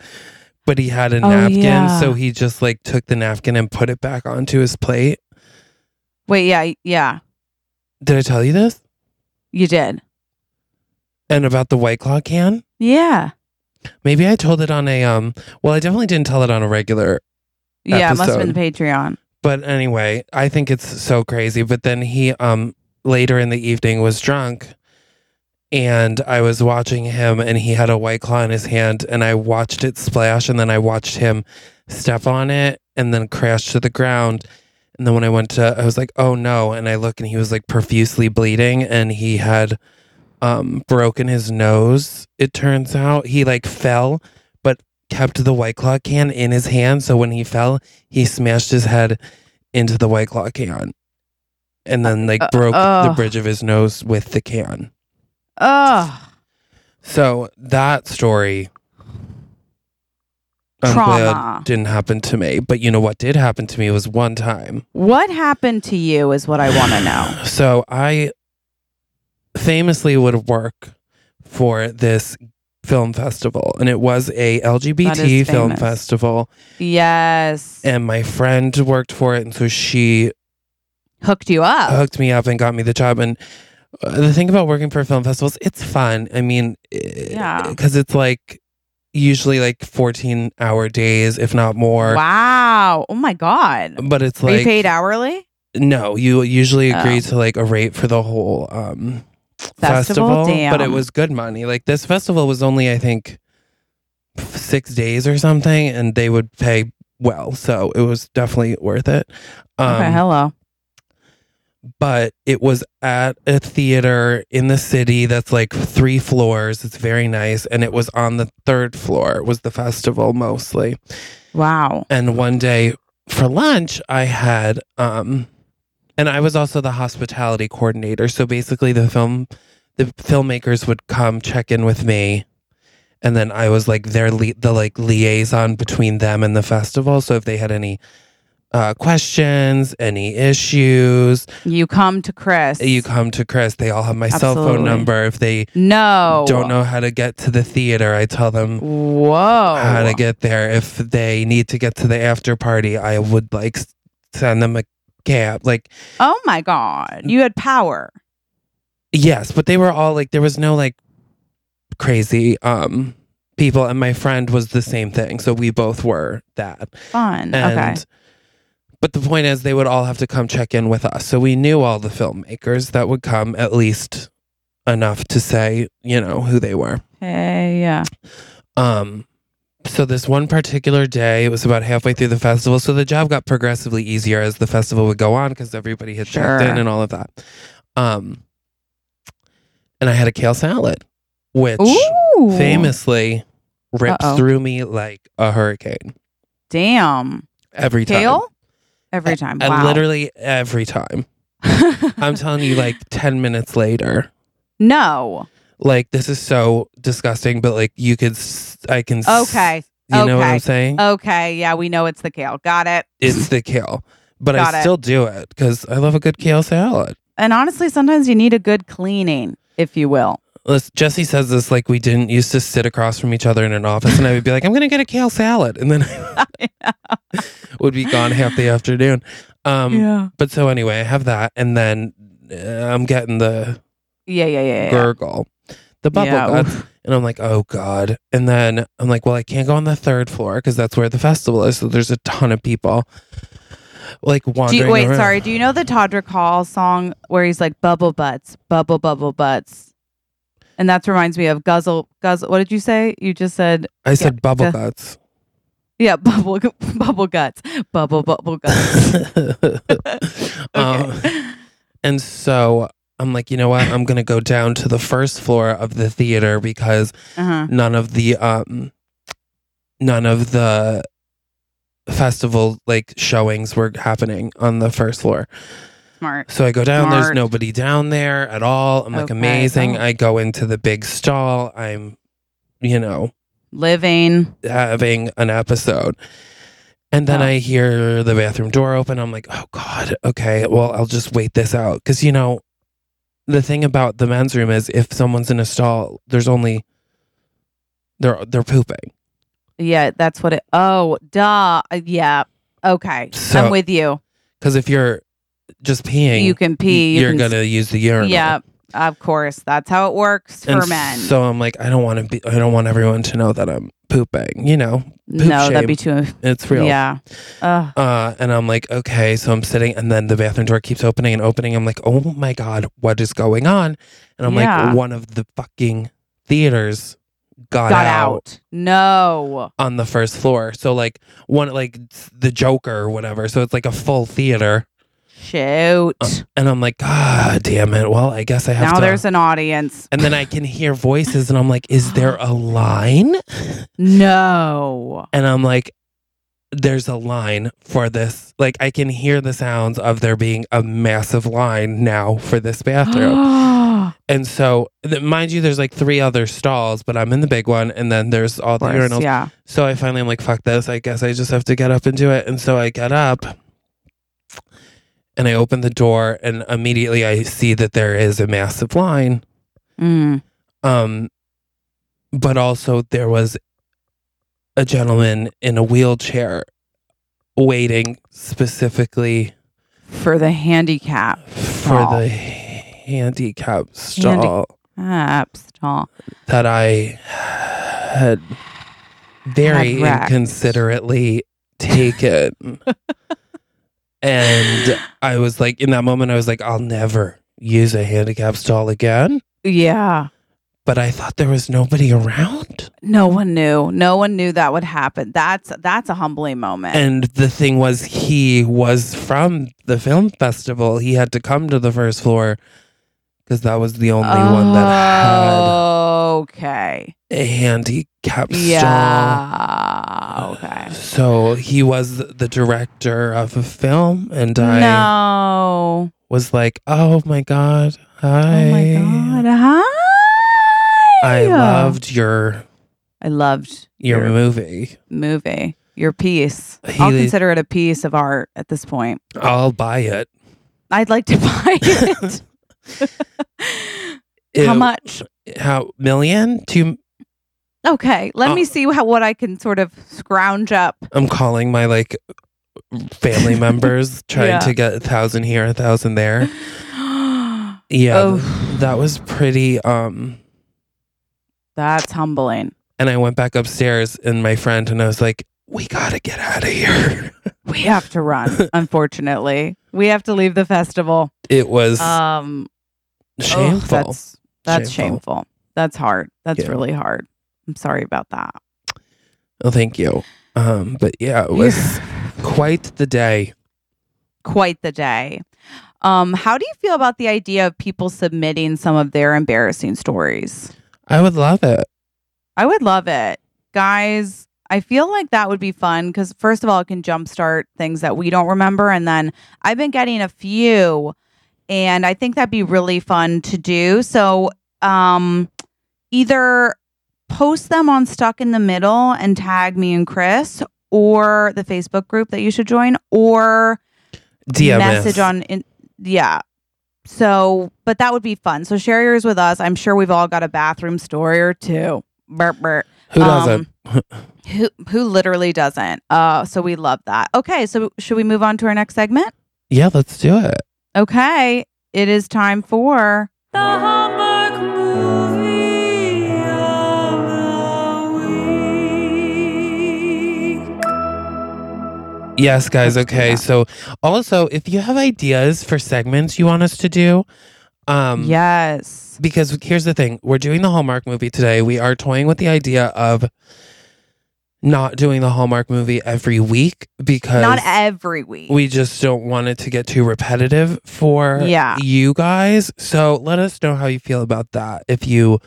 [SPEAKER 3] but he had a
[SPEAKER 2] Oh,
[SPEAKER 3] napkin
[SPEAKER 2] yeah.
[SPEAKER 3] so he just like took the napkin and put it back onto his plate
[SPEAKER 2] Wait, yeah, yeah.
[SPEAKER 3] did i tell you this
[SPEAKER 2] You did.
[SPEAKER 3] and about the white claw can
[SPEAKER 2] Yeah.
[SPEAKER 3] maybe i told it on a um well i definitely didn't tell it on a regular
[SPEAKER 2] Yeah, it must have been
[SPEAKER 3] episode.
[SPEAKER 2] the Patreon.
[SPEAKER 3] But anyway, I think it's so crazy. But then he um later in the evening was drunk and I was watching him and he had a white claw in his hand and I watched it splash and then I watched him step on it and then crash to the ground. And then when I went to I was like, "Oh no." And I look and he was like profusely bleeding and he had um broken his nose. It turns out he like fell but kept the white claw can in his hand so when he fell he smashed his head into the white claw can and then like
[SPEAKER 2] Uh,
[SPEAKER 3] broke the
[SPEAKER 2] ugh.
[SPEAKER 3] bridge of his nose with the can
[SPEAKER 2] Ugh.
[SPEAKER 3] so that story I'm
[SPEAKER 2] Trauma.
[SPEAKER 3] glad didn't happen to me but you know what did happen to me was one time
[SPEAKER 2] What happened to you is what I want to know.
[SPEAKER 3] so i famously would work for this film festival and it was a lgbt film
[SPEAKER 2] famous.
[SPEAKER 3] festival
[SPEAKER 2] Yes.
[SPEAKER 3] and my friend worked for it and so she
[SPEAKER 2] Hooked you up.
[SPEAKER 3] uh, hooked me up and got me the job. And uh, the thing about working for film festivals, it's fun. I mean,
[SPEAKER 2] Yeah.
[SPEAKER 3] because it's like usually like fourteen hour days, if not more.
[SPEAKER 2] wow. Oh my God.
[SPEAKER 3] But it's
[SPEAKER 2] Are
[SPEAKER 3] Um, like
[SPEAKER 2] you paid hourly?
[SPEAKER 3] no, you usually agree
[SPEAKER 2] Oh.
[SPEAKER 3] to like a rate for the whole um
[SPEAKER 2] Festival?
[SPEAKER 3] festival, but it
[SPEAKER 2] Damn.
[SPEAKER 3] was good money. Like this festival was only I think f- six days or something, and they would pay well, so it was definitely worth it. um,
[SPEAKER 2] okay, hello.
[SPEAKER 3] but it was at a theater in the city that's like three floors. It's very nice. And it was on the third floor, was the festival mostly.
[SPEAKER 2] Wow.
[SPEAKER 3] And one day, for lunch, I had, um, and I was also the hospitality coordinator. So basically, the film, the filmmakers would come check in with me, and then I was like their li- the like liaison between them and the festival. So if they had any uh, questions, any issues,
[SPEAKER 2] You come to Chris.
[SPEAKER 3] you come to Chris. They all have my cell phone
[SPEAKER 2] Absolutely. Oh.
[SPEAKER 3] number. If they
[SPEAKER 2] no.
[SPEAKER 3] don't know how to get to the theater, I tell them
[SPEAKER 2] Whoa.
[SPEAKER 3] how to get there. If they need to get to the after party, I would like s- send them a cab. Like,
[SPEAKER 2] oh my god. You had power.
[SPEAKER 3] yes, but they were all like, there was no like crazy um people, and my friend was the same thing. So we both were that.
[SPEAKER 2] Fun.
[SPEAKER 3] And
[SPEAKER 2] Mm, okay.
[SPEAKER 3] but the point is they would all have to come check in with us. So we knew all the filmmakers that would come at least enough to say, you know, who they were.
[SPEAKER 2] Hey, yeah.
[SPEAKER 3] Um, so this one particular day, it was about halfway through the festival. So the job got progressively easier as the festival would go on because everybody had checked in
[SPEAKER 2] Sure.
[SPEAKER 3] and all of that. Um, and I had a kale salad, which
[SPEAKER 2] Ooh.
[SPEAKER 3] famously rips
[SPEAKER 2] Uh-oh.
[SPEAKER 3] through me like a hurricane
[SPEAKER 2] Damn.
[SPEAKER 3] every time.
[SPEAKER 2] Kale? Every time.
[SPEAKER 3] And
[SPEAKER 2] Wow.
[SPEAKER 3] literally every time. I'm telling you, like 10 minutes later.
[SPEAKER 2] *laughs* no.
[SPEAKER 3] Like, this is so disgusting, but like, you could, s- I can, s-
[SPEAKER 2] Okay.
[SPEAKER 3] you know what
[SPEAKER 2] Okay.
[SPEAKER 3] I'm saying?
[SPEAKER 2] Okay. Yeah, we know it's the kale. Got it. *laughs*
[SPEAKER 3] it's the kale. But
[SPEAKER 2] Got
[SPEAKER 3] I
[SPEAKER 2] it.
[SPEAKER 3] still do it because I love a good kale salad.
[SPEAKER 2] And honestly, sometimes you need a good cleaning, if you will.
[SPEAKER 3] Listen, Jesse says this like we didn't used to sit across from each other in an office, and I would be like, "I'm gonna get a kale salad,"
[SPEAKER 2] *laughs*
[SPEAKER 3] and then *laughs* I would be gone half the afternoon. Um,
[SPEAKER 2] yeah.
[SPEAKER 3] But so anyway, I have that, and then uh, I'm getting the
[SPEAKER 2] Yeah, yeah, yeah. yeah.
[SPEAKER 3] gurgle, the bubble
[SPEAKER 2] Yeah.
[SPEAKER 3] guts, and I'm like, "Oh God!" And then I'm like, "Well, I can't go on the third floor because that's where the festival is, so there's a ton of people." Like
[SPEAKER 2] Do
[SPEAKER 3] wandering.
[SPEAKER 2] you, wait,
[SPEAKER 3] around.
[SPEAKER 2] sorry. Do you know the Todrick Hall song where he's like bubble butts, bubble bubble butts? And that reminds me of Guzzle Guzzle. What did you say? You just said
[SPEAKER 3] I said bubble
[SPEAKER 2] the-
[SPEAKER 3] guts.
[SPEAKER 2] yeah, *laughs* bubble bubble guts, bubble bubble
[SPEAKER 3] *laughs*
[SPEAKER 2] guts.
[SPEAKER 3] um,
[SPEAKER 2] Okay. *laughs*
[SPEAKER 3] and so I'm like, you know what? I'm gonna go down to the first floor of the theater because
[SPEAKER 2] uh-huh.
[SPEAKER 3] none of the um, none of the festival like showings were happening on the first floor.
[SPEAKER 2] Smart.
[SPEAKER 3] So I go down. There's
[SPEAKER 2] Smart.
[SPEAKER 3] nobody down there at all. I'm like,
[SPEAKER 2] Okay.
[SPEAKER 3] amazing.
[SPEAKER 2] Oh.
[SPEAKER 3] I go into the big stall. I'm, you know,
[SPEAKER 2] Living.
[SPEAKER 3] having an episode. And then
[SPEAKER 2] Oh.
[SPEAKER 3] I hear the bathroom door open. I'm like, oh God, okay, well, I'll just wait this out. Because, you know, the thing about the men's room is if someone's in a stall, there's only, they're, they're pooping.
[SPEAKER 2] Yeah, that's what it. Oh, duh. Uh, Yeah. Okay.
[SPEAKER 3] So-
[SPEAKER 2] I'm with you.
[SPEAKER 3] Because if you're just peeing,
[SPEAKER 2] You can pee. You
[SPEAKER 3] you're
[SPEAKER 2] can
[SPEAKER 3] going to use the urinal.
[SPEAKER 2] Yeah, of course. That's how it works for
[SPEAKER 3] And
[SPEAKER 2] men.
[SPEAKER 3] So I'm like, I don't want to be, I don't want everyone to know that I'm pooping. You know,
[SPEAKER 2] no, that'd be too.
[SPEAKER 3] it's real.
[SPEAKER 2] Yeah. Ugh.
[SPEAKER 3] Uh, and I'm like, okay. So I'm sitting, and then the bathroom door keeps opening and opening. I'm like, oh my God, what is going on? And I'm
[SPEAKER 2] Yeah.
[SPEAKER 3] like, one of the fucking theaters got,
[SPEAKER 2] got
[SPEAKER 3] out,
[SPEAKER 2] out. No.
[SPEAKER 3] on the first floor. So, like, one, like the Joker or whatever. So it's like a full theater.
[SPEAKER 2] Shoot.
[SPEAKER 3] And I'm like, God damn it. Well, I guess Uh, I have
[SPEAKER 2] now
[SPEAKER 3] to.
[SPEAKER 2] there's an audience.
[SPEAKER 3] and then I can hear voices, and I'm like, is there a line? *gasps*
[SPEAKER 2] No.
[SPEAKER 3] And I'm like, there's a line for this. Like, I can hear the sounds of there being a massive line now for this
[SPEAKER 2] *gasps*
[SPEAKER 3] bathroom. and so, th- mind you, there's like three other stalls, but I'm in the big one. And then there's all the
[SPEAKER 2] Of course,
[SPEAKER 3] urinals.
[SPEAKER 2] yeah.
[SPEAKER 3] So I finally am like, fuck this. I guess I just have to get up and do it. And so I get up and I open the door, and immediately I see that there is a massive line
[SPEAKER 2] Mm.
[SPEAKER 3] um but also there was a gentleman in a wheelchair waiting specifically
[SPEAKER 2] For the handicap.
[SPEAKER 3] for
[SPEAKER 2] Aw.
[SPEAKER 3] the handicap stall
[SPEAKER 2] App stall.
[SPEAKER 3] that I had very
[SPEAKER 2] Had wrecked.
[SPEAKER 3] inconsiderately
[SPEAKER 2] *laughs*
[SPEAKER 3] taken and I was like in that moment I was like I'll never use a handicap stall again
[SPEAKER 2] *gasps* Yeah.
[SPEAKER 3] but I thought there was nobody around
[SPEAKER 2] No one knew. No one knew that would happen. That's that's a humbling moment.
[SPEAKER 3] And the thing was, he was from the film festival. He had to come to the first floor because that was the only one that
[SPEAKER 2] Oh. Okay.
[SPEAKER 3] had a handicap stall.
[SPEAKER 2] Yeah. Okay.
[SPEAKER 3] So he was the director of a film, and I
[SPEAKER 2] No.
[SPEAKER 3] was like, "Oh my god, hi!
[SPEAKER 2] oh my god. Hi.
[SPEAKER 3] I loved your
[SPEAKER 2] I loved
[SPEAKER 3] your
[SPEAKER 2] Your-
[SPEAKER 3] movie.
[SPEAKER 2] movie. Your piece. I'll
[SPEAKER 3] He-
[SPEAKER 2] consider it a piece of art at this point.
[SPEAKER 3] I'll buy
[SPEAKER 2] *laughs*
[SPEAKER 3] it.
[SPEAKER 2] I'd like to *laughs*
[SPEAKER 3] *laughs*
[SPEAKER 2] buy it. How
[SPEAKER 3] It-
[SPEAKER 2] much?
[SPEAKER 3] How million? Two?
[SPEAKER 2] Okay, let
[SPEAKER 3] Uh,
[SPEAKER 2] me see how what I can sort of scrounge up.
[SPEAKER 3] I'm calling my like family
[SPEAKER 2] *laughs*
[SPEAKER 3] members, trying
[SPEAKER 2] Yeah.
[SPEAKER 3] to get a thousand here, a thousand
[SPEAKER 2] *gasps*
[SPEAKER 3] there.
[SPEAKER 2] That's
[SPEAKER 3] Yeah,
[SPEAKER 2] Oh.
[SPEAKER 3] th- that was pretty. Um,
[SPEAKER 2] humbling.
[SPEAKER 3] and I went back upstairs, and my friend and I was like, "We gotta get out of here." *laughs*
[SPEAKER 2] We have to run, unfortunately. We have to leave the festival.
[SPEAKER 3] It was
[SPEAKER 2] Um oh,
[SPEAKER 3] shameful.
[SPEAKER 2] that's that's
[SPEAKER 3] Shameful.
[SPEAKER 2] shameful. That's hard. That's
[SPEAKER 3] Yeah.
[SPEAKER 2] really hard. I'm sorry about that.
[SPEAKER 3] Oh, thank you. Um, but yeah, it was quite the day.
[SPEAKER 2] *laughs* quite the day. Um, how do you feel about the idea of people submitting some of their embarrassing stories?
[SPEAKER 3] I would love it.
[SPEAKER 2] I would love it. Guys, I feel like that would be fun because, first of all, it can jumpstart things that we don't remember. And then I've been getting a few, and I think that'd be really fun to do. So um, either post them on Stuck in the Middle and tag me and Chris or the Facebook group that you should join or
[SPEAKER 3] DM
[SPEAKER 2] message
[SPEAKER 3] us.
[SPEAKER 2] on in, yeah so but that would be fun so share yours with us i'm sure we've all got a bathroom story or two burp burp
[SPEAKER 3] who doesn't?
[SPEAKER 2] Um, *laughs* who who literally doesn't uh so we love that okay so should we move on to our next segment
[SPEAKER 3] yeah, let's do it.
[SPEAKER 2] okay it is time for
[SPEAKER 1] The Hallmark movie of the week.
[SPEAKER 3] Yes, guys.
[SPEAKER 2] Let's do
[SPEAKER 3] Okay.
[SPEAKER 2] that.
[SPEAKER 3] So, also, if you have ideas for segments you want us to do, um,
[SPEAKER 2] yes
[SPEAKER 3] because here's the thing we're doing the Hallmark movie today. We are toying with the idea of not doing the Hallmark movie every week because
[SPEAKER 2] not every week
[SPEAKER 3] we just don't want it to get too repetitive for
[SPEAKER 2] Yeah.
[SPEAKER 3] you guys. So let us know how you feel about that. If you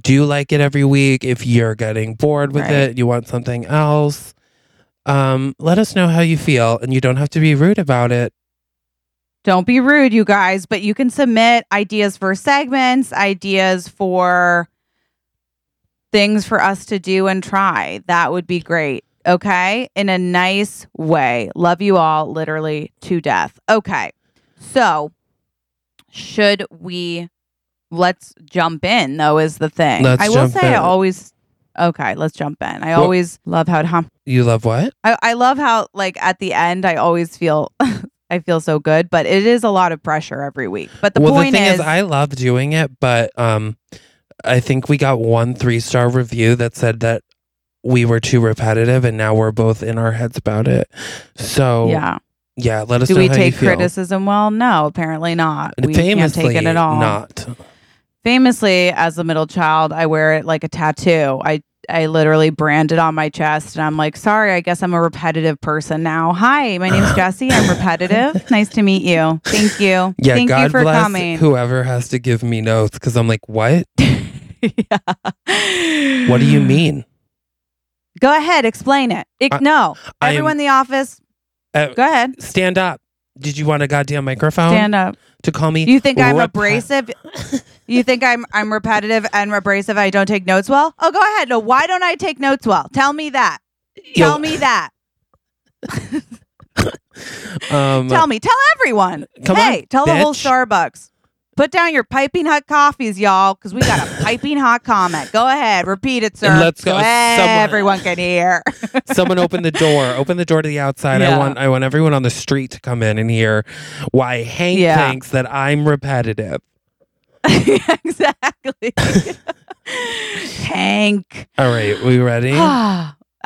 [SPEAKER 3] do like it every week, if you're getting bored with
[SPEAKER 2] Right.
[SPEAKER 3] it, you want something else, um, let us know how you feel. And you don't have to be rude about it.
[SPEAKER 2] don't be rude, you guys, but you can submit ideas for segments, ideas for things for us to do and try. That would be great. Okay. In a nice way. Love you all literally to death. Okay. So, should we let's jump in though is the thing.
[SPEAKER 3] Let's
[SPEAKER 2] I will
[SPEAKER 3] jump
[SPEAKER 2] say
[SPEAKER 3] in.
[SPEAKER 2] I always okay, let's jump in. I
[SPEAKER 3] Well-
[SPEAKER 2] always love how Tom
[SPEAKER 3] You love what?
[SPEAKER 2] I, I love how like at the end I always feel *laughs* I feel so good, but it is a lot of pressure every week. But the
[SPEAKER 3] well,
[SPEAKER 2] point
[SPEAKER 3] the thing
[SPEAKER 2] is,
[SPEAKER 3] is, I love doing it, but um, I think we got one three star review that said that we were too repetitive, and now we're both in our heads about it. So yeah,
[SPEAKER 2] yeah.
[SPEAKER 3] let us
[SPEAKER 2] Do
[SPEAKER 3] know
[SPEAKER 2] we
[SPEAKER 3] how
[SPEAKER 2] take
[SPEAKER 3] you feel.
[SPEAKER 2] criticism well? No, apparently not. We can't
[SPEAKER 3] Famously,
[SPEAKER 2] take it at all.
[SPEAKER 3] not.
[SPEAKER 2] Famously, as a middle child, I wear it like a tattoo. I I literally brand it on my chest, and I'm like, sorry, I guess I'm a repetitive person now. Hi, my
[SPEAKER 3] *laughs*
[SPEAKER 2] name's Jesse. I'm repetitive. Nice to meet you. Thank you.
[SPEAKER 3] Yeah,
[SPEAKER 2] Thank
[SPEAKER 3] God
[SPEAKER 2] you for
[SPEAKER 3] bless
[SPEAKER 2] coming.
[SPEAKER 3] whoever has to give me notes because I'm like, what?
[SPEAKER 2] *laughs* yeah.
[SPEAKER 3] What
[SPEAKER 2] *gasps*
[SPEAKER 3] do you mean?
[SPEAKER 2] Go ahead, explain it. Ex-
[SPEAKER 3] I-
[SPEAKER 2] no,
[SPEAKER 3] I am-
[SPEAKER 2] everyone in the office,
[SPEAKER 3] Uh, um,
[SPEAKER 2] go ahead,
[SPEAKER 3] stand up. Did you want a goddamn microphone
[SPEAKER 2] stand up.
[SPEAKER 3] to call me?
[SPEAKER 2] You think I'm
[SPEAKER 3] rep-
[SPEAKER 2] abrasive? You think I'm I'm repetitive and abrasive? I don't take notes well. Oh, go ahead. No, why don't I take notes well? Tell me that.
[SPEAKER 3] Yo,
[SPEAKER 2] Tell me that.
[SPEAKER 3] *laughs* Um,
[SPEAKER 2] Tell me. Tell everyone.
[SPEAKER 3] Come
[SPEAKER 2] hey,
[SPEAKER 3] on,
[SPEAKER 2] tell the whole
[SPEAKER 3] bitch.
[SPEAKER 2] Starbucks. Put down your piping hot coffees, y'all, because we got a piping hot comment. Go ahead, repeat it, sir.
[SPEAKER 3] And let's go.
[SPEAKER 2] So
[SPEAKER 3] Someone-
[SPEAKER 2] everyone can hear. *laughs*
[SPEAKER 3] Someone open the door. Open the door to the outside. I
[SPEAKER 2] Yeah.
[SPEAKER 3] want I want everyone on the street to come in and hear why Hank
[SPEAKER 2] Yeah.
[SPEAKER 3] thinks that I'm repetitive. *laughs*
[SPEAKER 2] exactly. Tank.
[SPEAKER 3] All right,
[SPEAKER 2] *sighs*
[SPEAKER 3] we ready?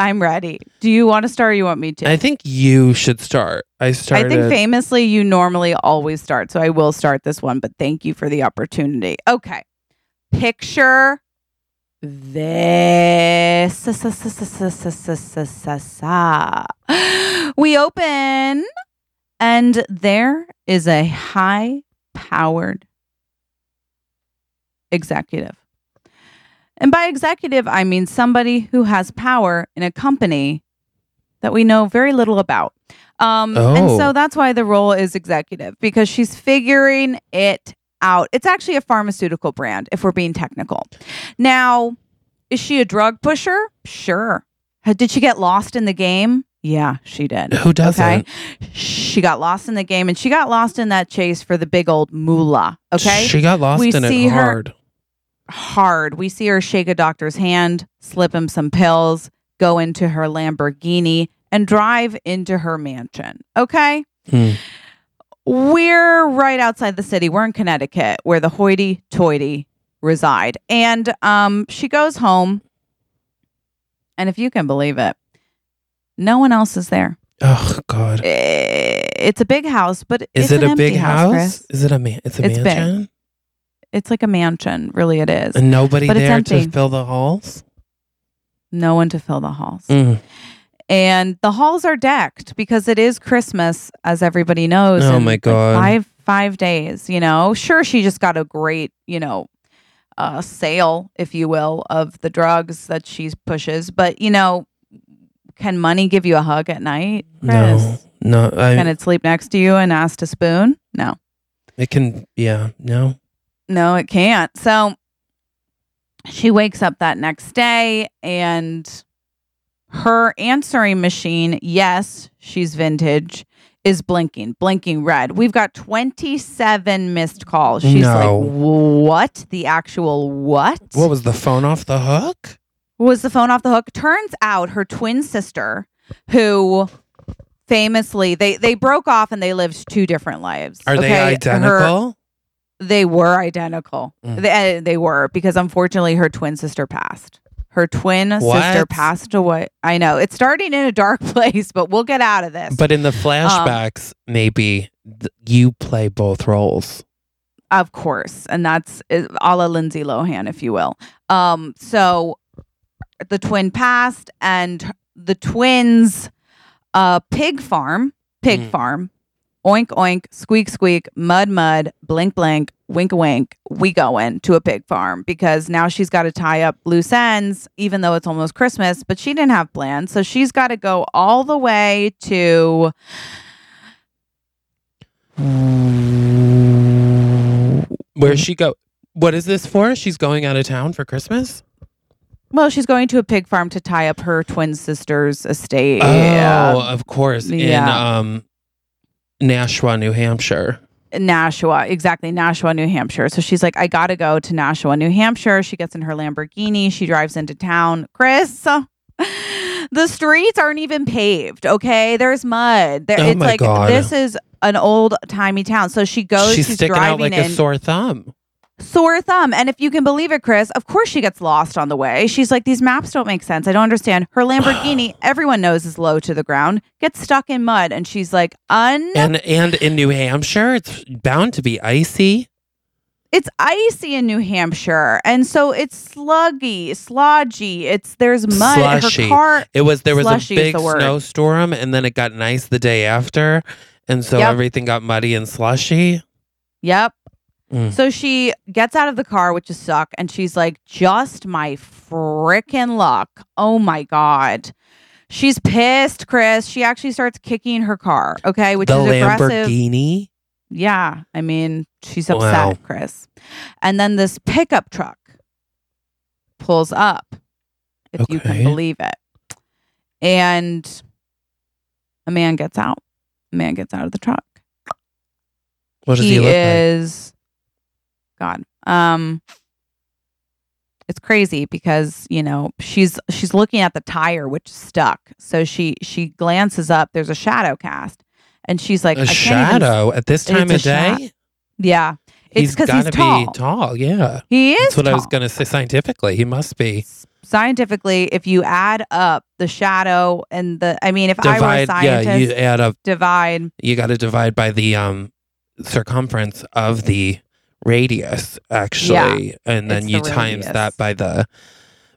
[SPEAKER 2] I'm ready. Do you want to start or you want me to?
[SPEAKER 3] I think you should start. I started.
[SPEAKER 2] I think famously you normally always start, so I will start this one, but thank you for the opportunity. Okay. Picture this. *gasps* We open and there is a high powered executive. And by executive, I mean somebody who has power in a company that we know very little about. Um, And
[SPEAKER 3] Oh.
[SPEAKER 2] so that's why the role is executive because she's figuring it out. It's actually a pharmaceutical brand, if we're being technical. Now, is she a drug pusher? Sure. Ha- Did she get lost in the game? Yeah, she did.
[SPEAKER 3] Who doesn't?
[SPEAKER 2] Okay. She got lost in the game and she got lost in that chase for the big old moolah. Okay
[SPEAKER 3] She got lost
[SPEAKER 2] We
[SPEAKER 3] in
[SPEAKER 2] see
[SPEAKER 3] it
[SPEAKER 2] her-
[SPEAKER 3] hard.
[SPEAKER 2] hard. We see her shake a doctor's hand, slip him some pills, go into her Lamborghini, and drive into her mansion. Okay?
[SPEAKER 3] Mm.
[SPEAKER 2] We're right outside the city. We're in Connecticut, where the hoity toity reside. And um, she goes home. And if you can believe it, no one else is there.
[SPEAKER 3] Oh God.
[SPEAKER 2] Eh, It's a big house, but
[SPEAKER 3] Is
[SPEAKER 2] it's
[SPEAKER 3] it
[SPEAKER 2] an
[SPEAKER 3] a big
[SPEAKER 2] empty
[SPEAKER 3] house?
[SPEAKER 2] Chris.
[SPEAKER 3] Is it a man? It's a
[SPEAKER 2] It's big.
[SPEAKER 3] mansion,
[SPEAKER 2] It's like a mansion, really. It is.
[SPEAKER 3] and nobody
[SPEAKER 2] But it's
[SPEAKER 3] there to
[SPEAKER 2] empty.
[SPEAKER 3] fill the halls.
[SPEAKER 2] No one to fill the halls.
[SPEAKER 3] Mm.
[SPEAKER 2] and the halls are decked because it is Christmas, as everybody knows.
[SPEAKER 3] Oh
[SPEAKER 2] in,
[SPEAKER 3] my
[SPEAKER 2] like,
[SPEAKER 3] God.
[SPEAKER 2] five five days, you know. Sure, she just got a great, you know, uh, sale, if you will, of the drugs that she pushes. But you know, can money give you a hug at night?
[SPEAKER 3] No,
[SPEAKER 2] Chris?
[SPEAKER 3] no. I,
[SPEAKER 2] Can it sleep next to you and ask to spoon? No,
[SPEAKER 3] it can. Yeah. No.
[SPEAKER 2] no, it can't. So she wakes up that next day and her answering machine, yes, she's vintage, is blinking, blinking red. We've got 27 missed calls. She's
[SPEAKER 3] No.
[SPEAKER 2] like, what? The actual what?
[SPEAKER 3] What was the phone off the hook?
[SPEAKER 2] was the phone off the hook? Turns out her twin sister, who famously they they broke off and they lived two different lives.
[SPEAKER 3] Are they
[SPEAKER 2] okay? Her-
[SPEAKER 3] identical?
[SPEAKER 2] they were identical.
[SPEAKER 3] Mm.
[SPEAKER 2] They, uh, they were because unfortunately her twin sister passed. Her twin
[SPEAKER 3] What?
[SPEAKER 2] sister passed away. I know it's starting in a dark *laughs* place, but we'll get out of this.
[SPEAKER 3] But in the flashbacks,
[SPEAKER 2] Um,
[SPEAKER 3] maybe th- you play both roles.
[SPEAKER 2] of course, and that's uh, a la Lindsay Lohan, if you will. Um, so the twin passed, and the twins' uh, pig farm, pig
[SPEAKER 3] Mm.
[SPEAKER 2] farm, oink oink, squeak squeak, mud mud, blink blink, wink wink. We go in to a pig farm because now she's got to tie up loose ends, even though it's almost Christmas. But she didn't have plans, so she's got to go all the way to
[SPEAKER 3] Where
[SPEAKER 2] Mm-hmm.
[SPEAKER 3] she go? What is this for? She's going out of town for Christmas.
[SPEAKER 2] Well, she's going to a pig farm to tie up her twin sister's estate.
[SPEAKER 3] Oh, of course.
[SPEAKER 2] Yeah.
[SPEAKER 3] In um, Nashua, New Hampshire.
[SPEAKER 2] uh, Nashua, exactly. Nashua, New Hampshire. So she's like, I got to go to Nashua, New Hampshire. She gets in her Lamborghini. She drives into town. Chris, *laughs* the streets aren't even paved. Okay. There's mud. There,
[SPEAKER 3] Oh
[SPEAKER 2] it's
[SPEAKER 3] my
[SPEAKER 2] like,
[SPEAKER 3] God.
[SPEAKER 2] this is an old timey town. So she goes,
[SPEAKER 3] she's,
[SPEAKER 2] she's,
[SPEAKER 3] sticking
[SPEAKER 2] driving
[SPEAKER 3] out like
[SPEAKER 2] in.
[SPEAKER 3] a sore thumb.
[SPEAKER 2] sore thumb. And if you can believe it, Chris, of course she gets lost on the way. She's like, these maps don't make sense. I don't understand. Her
[SPEAKER 3] *sighs*
[SPEAKER 2] Lamborghini, everyone knows is low to the ground, gets stuck in mud. And she's like, un.
[SPEAKER 3] And and in New Hampshire, it's bound to be icy.
[SPEAKER 2] It's icy in New Hampshire. And so it's sluggy, slodgy. It's, there's mud.
[SPEAKER 3] Slushy.
[SPEAKER 2] Her car.
[SPEAKER 3] It was there was
[SPEAKER 2] Slushy
[SPEAKER 3] a
[SPEAKER 2] is
[SPEAKER 3] big
[SPEAKER 2] the word.
[SPEAKER 3] snowstorm, and then it got nice the day after, and so
[SPEAKER 2] Yep.
[SPEAKER 3] everything got muddy and slushy.
[SPEAKER 2] Yep.
[SPEAKER 3] Mm.
[SPEAKER 2] So she gets out of the car, which is suck, and she's like, just my frickin' luck. Oh my God. She's pissed, Chris. She actually starts kicking her car, okay, which
[SPEAKER 3] the
[SPEAKER 2] is aggressive.
[SPEAKER 3] Lamborghini.
[SPEAKER 2] Yeah. I mean, she's upset,
[SPEAKER 3] Wow.
[SPEAKER 2] Chris. And then this pickup truck pulls up, if you
[SPEAKER 3] Okay.
[SPEAKER 2] can believe it. And a man gets out. A man gets out of the truck.
[SPEAKER 3] What does he, look
[SPEAKER 2] is God. Um it's crazy because, you know, she's she's looking at the tire which is stuck. So she she glances up, there's a shadow cast. And she's like,
[SPEAKER 3] like? A
[SPEAKER 2] I can't even
[SPEAKER 3] shadow at this time of
[SPEAKER 2] It's a
[SPEAKER 3] day.
[SPEAKER 2] sha- Yeah. It's
[SPEAKER 3] he's
[SPEAKER 2] because he's,
[SPEAKER 3] gotta
[SPEAKER 2] tall.
[SPEAKER 3] be tall. Yeah,
[SPEAKER 2] He is
[SPEAKER 3] that's what I was
[SPEAKER 2] tall.
[SPEAKER 3] gonna say. Scientifically, he must be.
[SPEAKER 2] S- Scientifically, if you add up the shadow and the, I mean, if I were a
[SPEAKER 3] Divide.
[SPEAKER 2] scientist,
[SPEAKER 3] Yeah, you add up.
[SPEAKER 2] divide.
[SPEAKER 3] You got to divide by the um circumference of the radius actually, and then
[SPEAKER 2] it's
[SPEAKER 3] you
[SPEAKER 2] the
[SPEAKER 3] times
[SPEAKER 2] radius.
[SPEAKER 3] that by the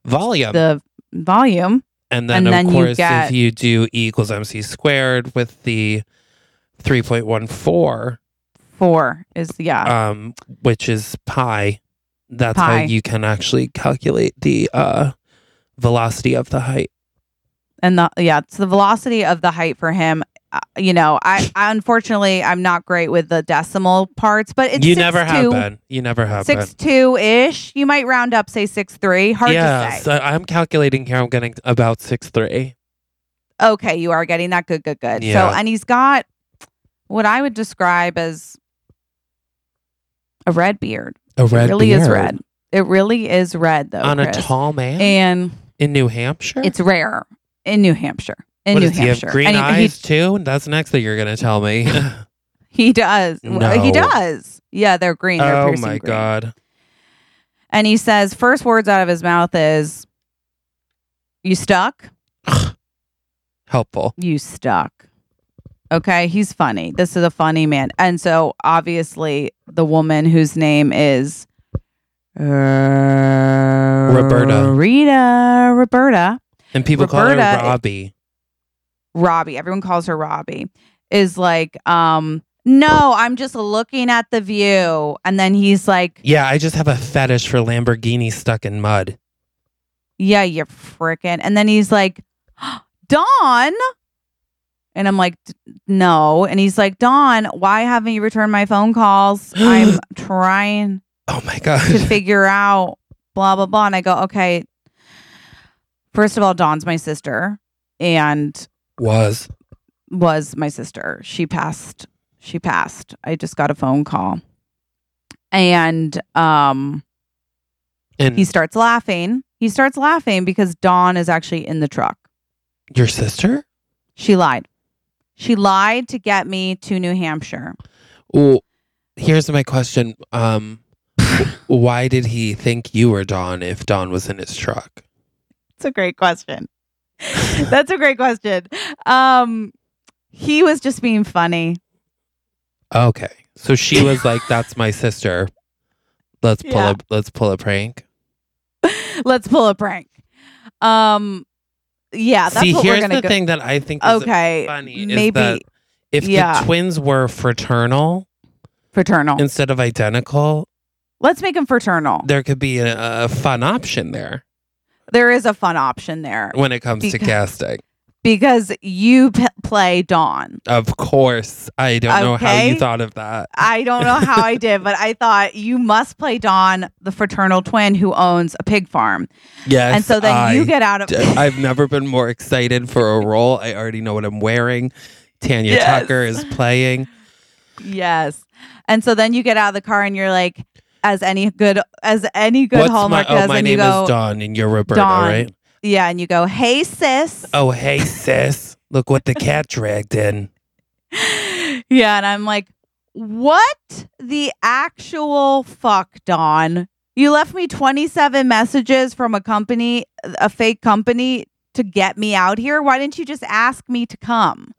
[SPEAKER 3] volume.
[SPEAKER 2] the volume.
[SPEAKER 3] And then,
[SPEAKER 2] And
[SPEAKER 3] of
[SPEAKER 2] then you
[SPEAKER 3] course, if
[SPEAKER 2] get-
[SPEAKER 3] you do E equals MC squared with the 3.14,
[SPEAKER 2] Four is yeah.
[SPEAKER 3] um, which is pi, that's
[SPEAKER 2] Pi.
[SPEAKER 3] how you can actually calculate the uh, velocity of the height.
[SPEAKER 2] and the yeah, it's the velocity of the height for him. Uh, you know, I, I unfortunately I'm not great with the decimal parts, but it's
[SPEAKER 3] you
[SPEAKER 2] six
[SPEAKER 3] never have
[SPEAKER 2] two,
[SPEAKER 3] been. You never have
[SPEAKER 2] six
[SPEAKER 3] been.
[SPEAKER 2] two ish. You might round up, say six three. Hard
[SPEAKER 3] yeah,
[SPEAKER 2] to say.
[SPEAKER 3] so I'm calculating here. I'm getting about six three.
[SPEAKER 2] okay, you are getting that good, good, good.
[SPEAKER 3] Yeah.
[SPEAKER 2] So and he's got what I would describe as a red beard.
[SPEAKER 3] A red
[SPEAKER 2] it really is
[SPEAKER 3] beard
[SPEAKER 2] red. It really is red though.
[SPEAKER 3] on a
[SPEAKER 2] Chris.
[SPEAKER 3] tall man
[SPEAKER 2] and
[SPEAKER 3] in New Hampshire.
[SPEAKER 2] it's rare in New Hampshire. In
[SPEAKER 3] What
[SPEAKER 2] New
[SPEAKER 3] does he have
[SPEAKER 2] Hampshire,
[SPEAKER 3] green
[SPEAKER 2] And he- he,
[SPEAKER 3] eyes too? That's next that you're gonna
[SPEAKER 2] *laughs*
[SPEAKER 3] tell me.
[SPEAKER 2] He does. Well, He
[SPEAKER 3] No.
[SPEAKER 2] does. Yeah, they're green. They're
[SPEAKER 3] *laughs* oh
[SPEAKER 2] piercing
[SPEAKER 3] my
[SPEAKER 2] green.
[SPEAKER 3] god.
[SPEAKER 2] And he says, first words out of his mouth is, "You stuck?
[SPEAKER 3] Helpful.
[SPEAKER 2] You stuck." Okay, he's funny. This is a funny man. And so obviously, the woman whose name is uh, Roberta. Rita. Roberta.
[SPEAKER 3] And people call
[SPEAKER 2] Roberta-
[SPEAKER 3] her Robbie.
[SPEAKER 2] Robbie, everyone calls her Robbie, is like, um, no, I'm just looking at the view. And then he's like,
[SPEAKER 3] Yeah, I just have a fetish for Lamborghini stuck in mud.
[SPEAKER 2] yeah, you frickin'. And then he's like, *gasps* Dawn. And I'm like, "D- no. And he's like, Dawn, why haven't you returned my phone calls? I'm trying
[SPEAKER 3] Oh
[SPEAKER 2] *laughs*
[SPEAKER 3] my god. *laughs*
[SPEAKER 2] to figure out blah, blah, blah. And I go, okay. First of all, Dawn's my sister. And
[SPEAKER 3] Was.
[SPEAKER 2] was my sister. She passed. She passed. I just got a phone call. And um
[SPEAKER 3] And
[SPEAKER 2] he starts laughing. He starts laughing because Dawn is actually in the truck.
[SPEAKER 3] your sister?
[SPEAKER 2] She lied. She lied to get me to New Hampshire.
[SPEAKER 3] Well, here's my question.
[SPEAKER 2] *laughs*
[SPEAKER 3] Um why did he think you were Don if Don was in his truck?
[SPEAKER 2] It's a great question. *laughs* That's a great question. Um he was just being funny.
[SPEAKER 3] Okay. So she was
[SPEAKER 2] *laughs*
[SPEAKER 3] like, That's my sister. Let's pull
[SPEAKER 2] Yeah.
[SPEAKER 3] a let's pull a prank.
[SPEAKER 2] Let's pull a prank. Um yeah, that's
[SPEAKER 3] See,
[SPEAKER 2] what
[SPEAKER 3] here's
[SPEAKER 2] we're gonna
[SPEAKER 3] the
[SPEAKER 2] go.
[SPEAKER 3] thing that I think is
[SPEAKER 2] okay.
[SPEAKER 3] funny is
[SPEAKER 2] maybe
[SPEAKER 3] that- if
[SPEAKER 2] yeah.
[SPEAKER 3] the twins were fraternal
[SPEAKER 2] fraternal.
[SPEAKER 3] instead of identical,
[SPEAKER 2] Let's make him fraternal.
[SPEAKER 3] there could be a, a fun option there
[SPEAKER 2] There is a fun option there
[SPEAKER 3] when it comes to
[SPEAKER 2] Because-
[SPEAKER 3] casting.
[SPEAKER 2] because you p- play Dawn.
[SPEAKER 3] Of course, I don't know how you
[SPEAKER 2] Okay.
[SPEAKER 3] thought of that.
[SPEAKER 2] I don't know how I did, but I thought you must play Dawn, the fraternal twin who owns a pig farm.
[SPEAKER 3] Yes,
[SPEAKER 2] and so then
[SPEAKER 3] I
[SPEAKER 2] you get out of
[SPEAKER 3] d- *laughs* I've never been more excited for a role. I already know what I'm wearing. Tanya
[SPEAKER 2] Yes.
[SPEAKER 3] Tucker is playing.
[SPEAKER 2] *laughs* yes. And so then you get out of the car and you're like as any good as any good
[SPEAKER 3] What's my?
[SPEAKER 2] Hallmark
[SPEAKER 3] Oh,
[SPEAKER 2] does
[SPEAKER 3] my
[SPEAKER 2] and
[SPEAKER 3] name
[SPEAKER 2] you go
[SPEAKER 3] is Dawn, and you're Roberta,
[SPEAKER 2] Dawn.
[SPEAKER 3] right?
[SPEAKER 2] yeah and you go, "Hey sis." *laughs*
[SPEAKER 3] Oh, hey sis, look what the cat dragged in.
[SPEAKER 2] yeah, and I'm like, what the actual fuck, Don? You left me 27 messages from a company, a fake company, to get me out here. Why didn't you just ask me to come?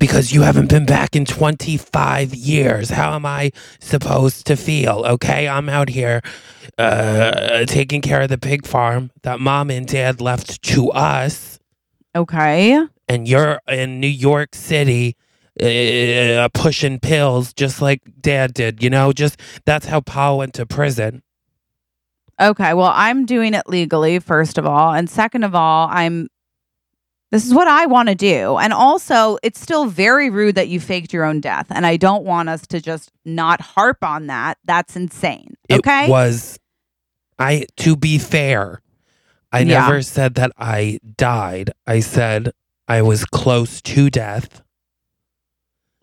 [SPEAKER 3] because you haven't been back in 25 years. How am I supposed to feel? Okay, I'm out here uh, taking care of the pig farm that mom and dad left to us,
[SPEAKER 2] Okay.
[SPEAKER 3] and you're in New York City. Uh, pushing pills just like dad did, you know, just that's how Pa went to prison.
[SPEAKER 2] Okay. Well, I'm doing it legally, first of all. And second of all, I'm. This is what I want to do. And also, it's still very rude that you faked your own death. And I don't want us to just not harp on that. That's insane. Okay.
[SPEAKER 3] It was, I, to be fair, I
[SPEAKER 2] Yeah.
[SPEAKER 3] never said that I died. I said I was close to death.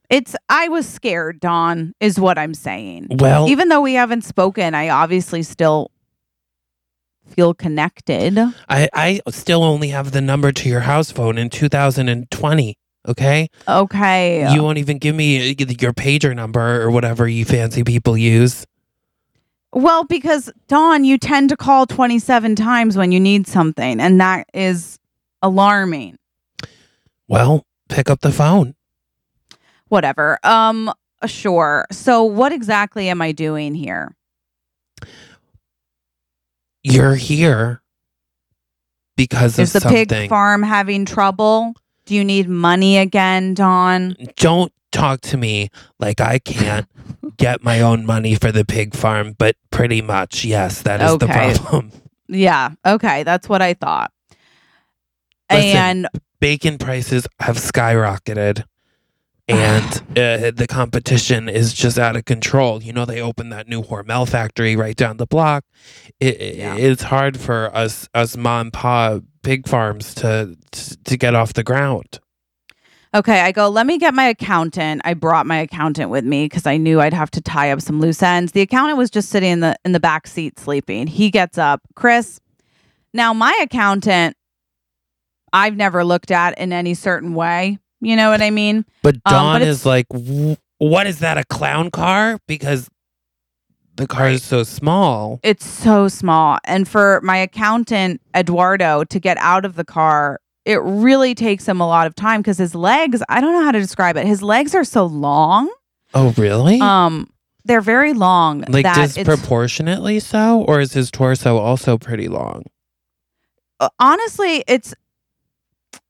[SPEAKER 2] It's I was scared, Don, is what I'm saying.
[SPEAKER 3] Well,
[SPEAKER 2] Even though we haven't spoken, I obviously still feel connected.
[SPEAKER 3] I, I still only have the number to your house phone in 2020. Okay.
[SPEAKER 2] Okay.
[SPEAKER 3] You won't even give me eh, your pager number or whatever you fancy people use.
[SPEAKER 2] well, because Don, you tend to call 27 times when you need something, and that is alarming.
[SPEAKER 3] Well, pick up the phone.
[SPEAKER 2] Whatever. Um sure. So what exactly am I doing here?
[SPEAKER 3] You're here because
[SPEAKER 2] Is
[SPEAKER 3] of
[SPEAKER 2] the
[SPEAKER 3] something.
[SPEAKER 2] pig farm having trouble? Do you need money again, Don?
[SPEAKER 3] Don't talk to me like
[SPEAKER 2] *laughs*
[SPEAKER 3] I can't get my own money for the pig farm, but pretty much, yes, that is
[SPEAKER 2] Okay.
[SPEAKER 3] the problem. *laughs*
[SPEAKER 2] Yeah. Okay. That's what I thought.
[SPEAKER 3] Listen.
[SPEAKER 2] and
[SPEAKER 3] Bacon prices have skyrocketed,
[SPEAKER 2] *sighs*
[SPEAKER 3] and uh, the competition is just out of control. You know, they opened that new Hormel factory right down the block. It, it-
[SPEAKER 2] Yeah.
[SPEAKER 3] It's hard for us, us mom and pa pig farms to to to get off the ground.
[SPEAKER 2] Okay, I go, let me get my accountant. I brought my accountant with me because I knew I'd have to tie up some loose ends. The accountant was just sitting in the in the back seat sleeping. He gets up. Chris, now my accountant, I've never looked at in any certain way. You know what I mean?
[SPEAKER 3] But
[SPEAKER 2] Um,
[SPEAKER 3] Dawn
[SPEAKER 2] but it's-
[SPEAKER 3] is like, "W- what is that? A clown car? Because the car is so small.
[SPEAKER 2] It's so small. And for my accountant, Eduardo, to get out of the car, it really takes him a lot of time because his legs, I don't know how to describe it. His legs are so long.
[SPEAKER 3] Oh, really?
[SPEAKER 2] Um, they're very long.
[SPEAKER 3] like
[SPEAKER 2] that it's-
[SPEAKER 3] disproportionately so, or is his torso also pretty long?
[SPEAKER 2] uh, honestly, it's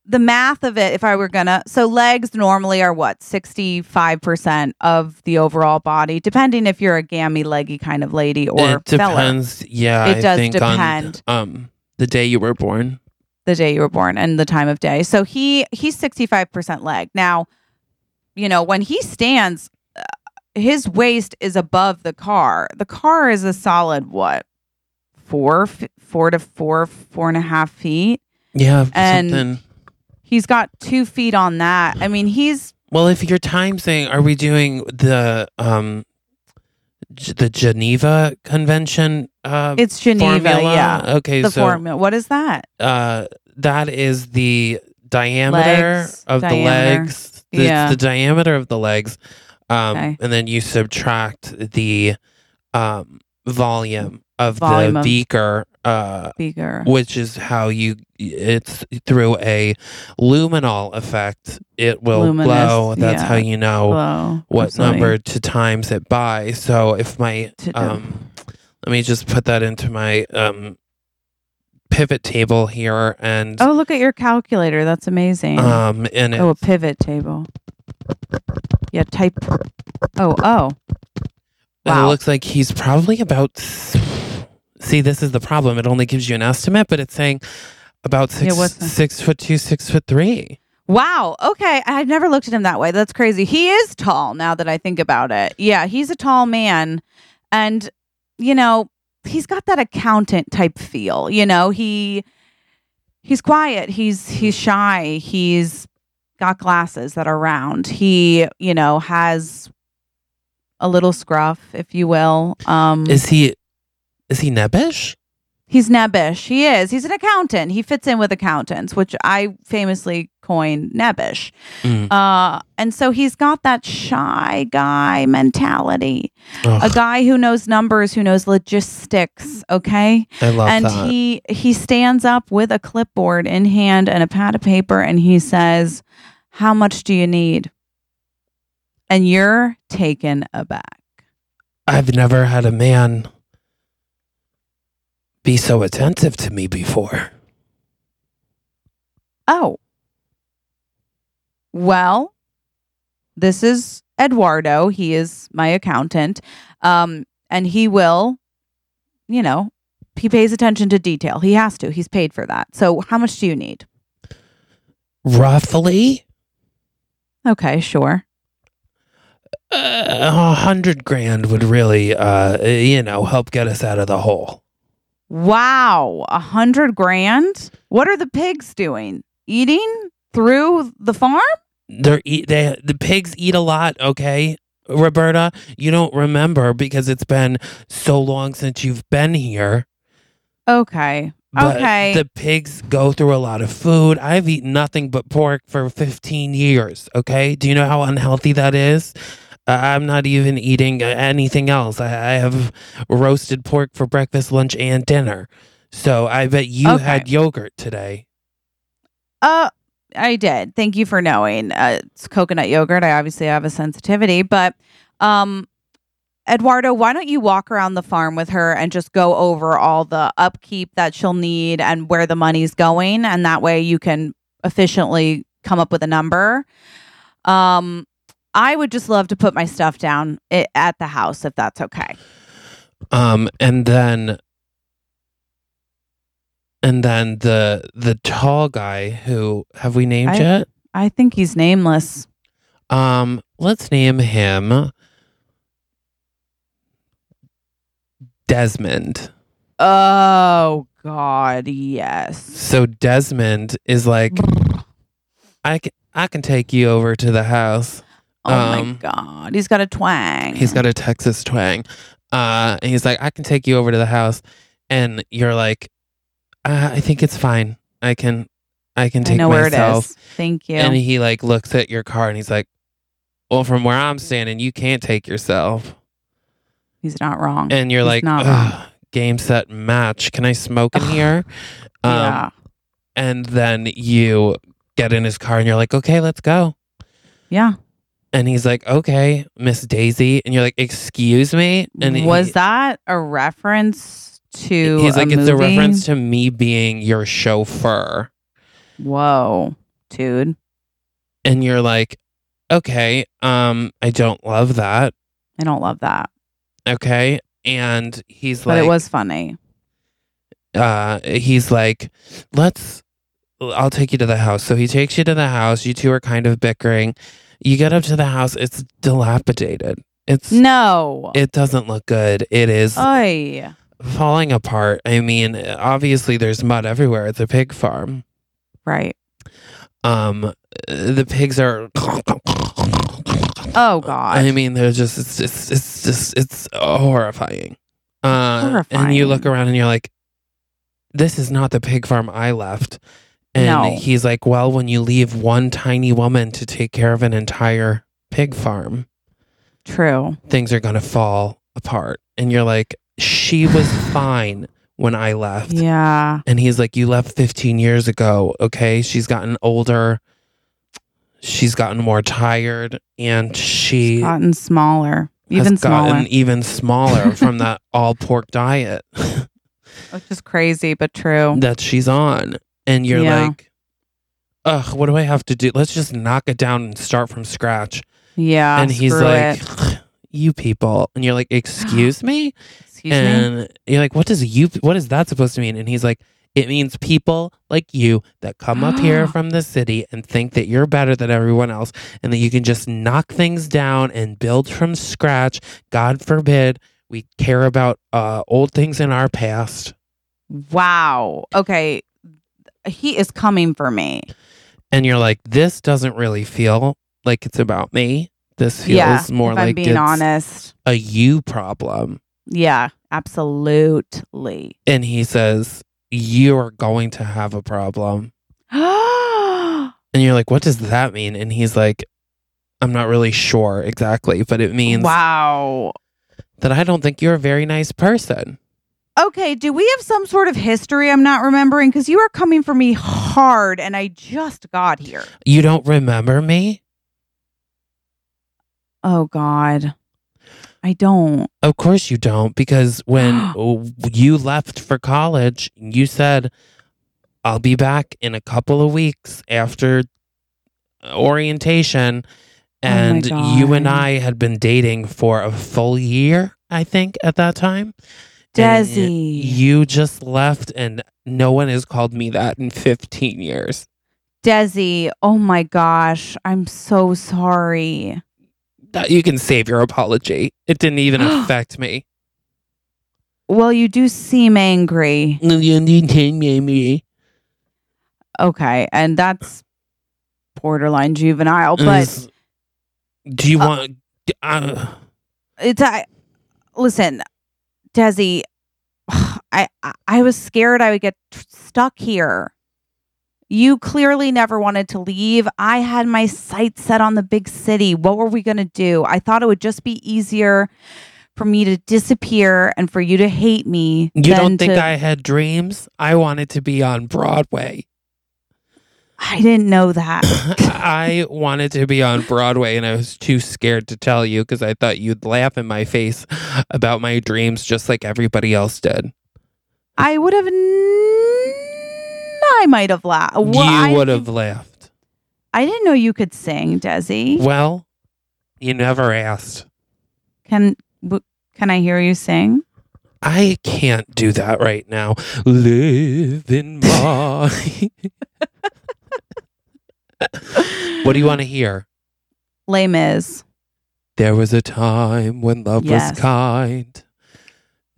[SPEAKER 2] the math of it. If I were gonna, so legs normally are what sixty five percent of the overall body, depending if you're a gammy leggy kind of lady or
[SPEAKER 3] it
[SPEAKER 2] fella.
[SPEAKER 3] depends. Yeah,
[SPEAKER 2] It
[SPEAKER 3] I
[SPEAKER 2] does
[SPEAKER 3] think
[SPEAKER 2] depend.
[SPEAKER 3] on um the day you were born.
[SPEAKER 2] The day you were born and the time of day. So he he's sixty five percent leg. Now, you know when he stands, uh, his waist is above the car. The car is a solid what four f- four to four four and a half feet.
[SPEAKER 3] Yeah,
[SPEAKER 2] And-
[SPEAKER 3] something.
[SPEAKER 2] He's got two feet on that. I mean, he's
[SPEAKER 3] Well, if you're time saying, are we doing the um G- the Geneva Convention? Uh,
[SPEAKER 2] It's Geneva,
[SPEAKER 3] formula?
[SPEAKER 2] yeah.
[SPEAKER 3] Okay,
[SPEAKER 2] The
[SPEAKER 3] so
[SPEAKER 2] formula. What is that?
[SPEAKER 3] uh, that is the diameter
[SPEAKER 2] Legs,
[SPEAKER 3] of the
[SPEAKER 2] diameter.
[SPEAKER 3] legs. The,
[SPEAKER 2] Yeah.
[SPEAKER 3] the diameter of the legs. Um,
[SPEAKER 2] Okay.
[SPEAKER 3] And then you subtract the um, volume of
[SPEAKER 2] Volume
[SPEAKER 3] the
[SPEAKER 2] of-
[SPEAKER 3] beaker, uh,
[SPEAKER 2] Bigger.
[SPEAKER 3] which is how you, it's through a luminol effect. It will
[SPEAKER 2] Luminous,
[SPEAKER 3] blow. That's
[SPEAKER 2] yeah.
[SPEAKER 3] how you know
[SPEAKER 2] Hello. I'm
[SPEAKER 3] what
[SPEAKER 2] sorry.
[SPEAKER 3] number to times it by. So if my
[SPEAKER 2] To do.
[SPEAKER 3] um, let me just put that into my um pivot table here, and
[SPEAKER 2] Oh, look at your calculator. That's amazing.
[SPEAKER 3] um, and it,
[SPEAKER 2] oh, a pivot table. Yeah, type. Oh, oh.
[SPEAKER 3] and it
[SPEAKER 2] wow.
[SPEAKER 3] looks like he's probably about. s- See, this is the problem. It only gives you an estimate, but it's saying about
[SPEAKER 2] Yeah,
[SPEAKER 3] six
[SPEAKER 2] what's the-
[SPEAKER 3] six foot two, six foot three.
[SPEAKER 2] Wow. Okay. I've never looked at him that way. That's crazy. He is tall now that I think about it. Yeah, he's a tall man. And, you know, he's got that accountant type feel. You know, he he's quiet. He's he's shy. He's got glasses that are round. He, you know, has a little scruff, if you will. Um
[SPEAKER 3] Is he? Is he nebbish?
[SPEAKER 2] He's nebbish. He is. He's an accountant. He fits in with accountants, which I famously coined nebbish.
[SPEAKER 3] Mm.
[SPEAKER 2] Uh, and so he's got that shy guy mentality, a
[SPEAKER 3] Ugh,
[SPEAKER 2] guy who knows numbers, who knows logistics. Okay,
[SPEAKER 3] I love
[SPEAKER 2] and
[SPEAKER 3] that.
[SPEAKER 2] he he stands up with a clipboard in hand and a pad of paper, and he says, "How much do you need?" And you're taken aback.
[SPEAKER 3] I've never had a man be so attentive to me before.
[SPEAKER 2] Oh. Well, this is Eduardo. He is my accountant. Um, and he will, you know, he pays attention to detail. He has to. He's paid for that. So how much do you need?
[SPEAKER 3] Roughly
[SPEAKER 2] Okay, sure.
[SPEAKER 3] uh, a hundred grand would really, uh, you know, help get us out of the hole.
[SPEAKER 2] Wow, a hundred grand? What are the pigs doing? Eating through the farm?
[SPEAKER 3] They're eat, they the pigs eat a lot. Okay, Roberta, you don't remember because it's been so long since you've been here.
[SPEAKER 2] Okay.
[SPEAKER 3] But
[SPEAKER 2] Okay.
[SPEAKER 3] The pigs go through a lot of food. I've eaten nothing but pork for 15 years. Okay. Do you know how unhealthy that is? Uh, I'm not even eating uh, anything else. I, I have roasted pork for breakfast, lunch, and dinner. So I bet you
[SPEAKER 2] Okay.
[SPEAKER 3] had yogurt today.
[SPEAKER 2] Uh, I did. Thank you for knowing. Uh, it's coconut yogurt. I obviously have a sensitivity, but um, Eduardo, why don't you walk around the farm with her and just go over all the upkeep that she'll need and where the money's going, and that way you can efficiently come up with a number. Um, I would just love to put my stuff down i at the house if that's okay.
[SPEAKER 3] Um, and then And then the the tall guy who have we named
[SPEAKER 2] I-
[SPEAKER 3] yet?
[SPEAKER 2] I think he's nameless.
[SPEAKER 3] Um, let's name him Desmond.
[SPEAKER 2] Oh God, yes.
[SPEAKER 3] So Desmond is like, I can I can take you over to the house.
[SPEAKER 2] Oh my
[SPEAKER 3] um,
[SPEAKER 2] God, he's got a twang.
[SPEAKER 3] He's got a Texas twang. Uh, and he's like, I can take you over to the house, and you're like, uh, I think it's fine. I can, I can
[SPEAKER 2] I
[SPEAKER 3] take
[SPEAKER 2] know where it
[SPEAKER 3] myself.
[SPEAKER 2] is. Thank you.
[SPEAKER 3] And he like looks at your car and he's like, Well, from where I'm standing, you can't take yourself.
[SPEAKER 2] he's not wrong.
[SPEAKER 3] And you're
[SPEAKER 2] He's
[SPEAKER 3] like,
[SPEAKER 2] not
[SPEAKER 3] "Ugh,
[SPEAKER 2] wrong.
[SPEAKER 3] game set match. Can I smoke in
[SPEAKER 2] Ugh.
[SPEAKER 3] here? Um,
[SPEAKER 2] yeah,
[SPEAKER 3] And then you get in his car and you're like, Okay, let's go.
[SPEAKER 2] yeah.
[SPEAKER 3] And he's like, Okay, Miss Daisy. And you're like, Excuse me. And
[SPEAKER 2] was
[SPEAKER 3] he-
[SPEAKER 2] that a reference to?
[SPEAKER 3] He's like,
[SPEAKER 2] a
[SPEAKER 3] it's a
[SPEAKER 2] movie?
[SPEAKER 3] reference to me being your chauffeur.
[SPEAKER 2] Whoa, dude.
[SPEAKER 3] And you're like, okay, um, I don't love that.
[SPEAKER 2] I don't love that,
[SPEAKER 3] Okay. And he's
[SPEAKER 2] but
[SPEAKER 3] like,
[SPEAKER 2] it was funny.
[SPEAKER 3] uh, he's like, let's, I'll take you to the house. So he takes you to the house. You two are kind of bickering. You get up to the house. It's dilapidated. It's,
[SPEAKER 2] No. Uh.
[SPEAKER 3] it doesn't look good. It is
[SPEAKER 2] Oy.
[SPEAKER 3] falling apart. I mean, obviously there's mud everywhere. It's a pig farm.
[SPEAKER 2] Right.
[SPEAKER 3] Um, the pigs are.
[SPEAKER 2] Oh God.
[SPEAKER 3] I mean, they're just it's it's it's just it's horrifying. Uh, And you
[SPEAKER 2] Horrifying.
[SPEAKER 3] look around and you're like, this is not the pig farm I left. And
[SPEAKER 2] No.
[SPEAKER 3] he's like, well, when you leave one tiny woman to take care of an entire pig farm,
[SPEAKER 2] True.
[SPEAKER 3] things are gonna fall apart. And you're like,
[SPEAKER 2] *sighs*
[SPEAKER 3] she was fine when I left.
[SPEAKER 2] Yeah.
[SPEAKER 3] And he's like, You left 15 years ago. Okay. She's gotten older. She's gotten more tired. And she
[SPEAKER 2] Gotten smaller.
[SPEAKER 3] has
[SPEAKER 2] Even smaller.
[SPEAKER 3] gotten
[SPEAKER 2] *laughs*
[SPEAKER 3] even smaller from that all pork diet
[SPEAKER 2] Oh. Which is crazy, but true.
[SPEAKER 3] that she's on. And you're
[SPEAKER 2] Yeah.
[SPEAKER 3] like, Ugh, what do I have to do? Let's just knock it down and start from scratch.
[SPEAKER 2] Yeah.
[SPEAKER 3] and he's
[SPEAKER 2] Ah, screw
[SPEAKER 3] like,
[SPEAKER 2] it.
[SPEAKER 3] You people. And you're like, Excuse me?
[SPEAKER 2] excuse me.
[SPEAKER 3] and you're like, what does you? What is that supposed to mean? And he's like, it means people like you that come up
[SPEAKER 2] Ah.
[SPEAKER 3] here from the city and think that you're better than everyone else, and that you can just knock things down and build from scratch. God forbid we care about uh, old things in our past.
[SPEAKER 2] Wow. Okay. He is coming for me.
[SPEAKER 3] And you're like, this doesn't really feel like it's about me. This feels
[SPEAKER 2] yeah.
[SPEAKER 3] more
[SPEAKER 2] if
[SPEAKER 3] like
[SPEAKER 2] I'm being
[SPEAKER 3] it's
[SPEAKER 2] honest.
[SPEAKER 3] a you problem.
[SPEAKER 2] Yeah. Absolutely. *gasps*
[SPEAKER 3] And he says, you are going to have a problem.
[SPEAKER 2] wow.
[SPEAKER 3] And you're like, what does that mean? And he's like, I'm not really sure exactly, but it means that I don't think you're a very nice person.
[SPEAKER 2] Okay, do we have some sort of history I'm not remembering? Because you are coming for me hard and I just got here.
[SPEAKER 3] You don't remember me?
[SPEAKER 2] Oh, God. I don't.
[SPEAKER 3] Of course you don't, because
[SPEAKER 2] *gasps*
[SPEAKER 3] when you left for college, you said, I'll be back in a couple of weeks after orientation.
[SPEAKER 2] Oh my
[SPEAKER 3] And you and
[SPEAKER 2] God.
[SPEAKER 3] I had been dating for a full year, I think, at that time. And
[SPEAKER 2] Desi.
[SPEAKER 3] You just left, and no one has called me that in 15 years.
[SPEAKER 2] Desi, oh my gosh. I'm so sorry.
[SPEAKER 3] That you can save your apology. It didn't
[SPEAKER 2] *gasps*
[SPEAKER 3] even affect me.
[SPEAKER 2] Well, you do seem angry. Okay, and that's borderline juvenile, but
[SPEAKER 3] Is- do you want? Uh,
[SPEAKER 2] it's I listen, Desi, I I- I was scared I would get t- stuck here. You clearly never wanted to leave. I had my sights set on the big city. What were we going to do? I thought it would just be easier for me to disappear and for you to hate me.
[SPEAKER 3] you
[SPEAKER 2] than
[SPEAKER 3] don't think
[SPEAKER 2] to-
[SPEAKER 3] I had dreams? I wanted to be on
[SPEAKER 2] *coughs*
[SPEAKER 3] Broadway.
[SPEAKER 2] I didn't know that.
[SPEAKER 3] *coughs* I wanted to be on Broadway, and I was too scared to tell you because I thought you'd laugh in my face about my dreams, just like everybody else did.
[SPEAKER 2] I would have. N- I might have laughed.
[SPEAKER 3] you would have laughed.
[SPEAKER 2] I didn't know you could sing, Desi.
[SPEAKER 3] Well, you never asked.
[SPEAKER 2] Can w- can I hear you sing?
[SPEAKER 3] I can't do that right now. Live
[SPEAKER 2] *laughs*
[SPEAKER 3] in my. what do you want to hear?
[SPEAKER 2] Les Mis.
[SPEAKER 3] There was a time when love
[SPEAKER 2] Yes.
[SPEAKER 3] was kind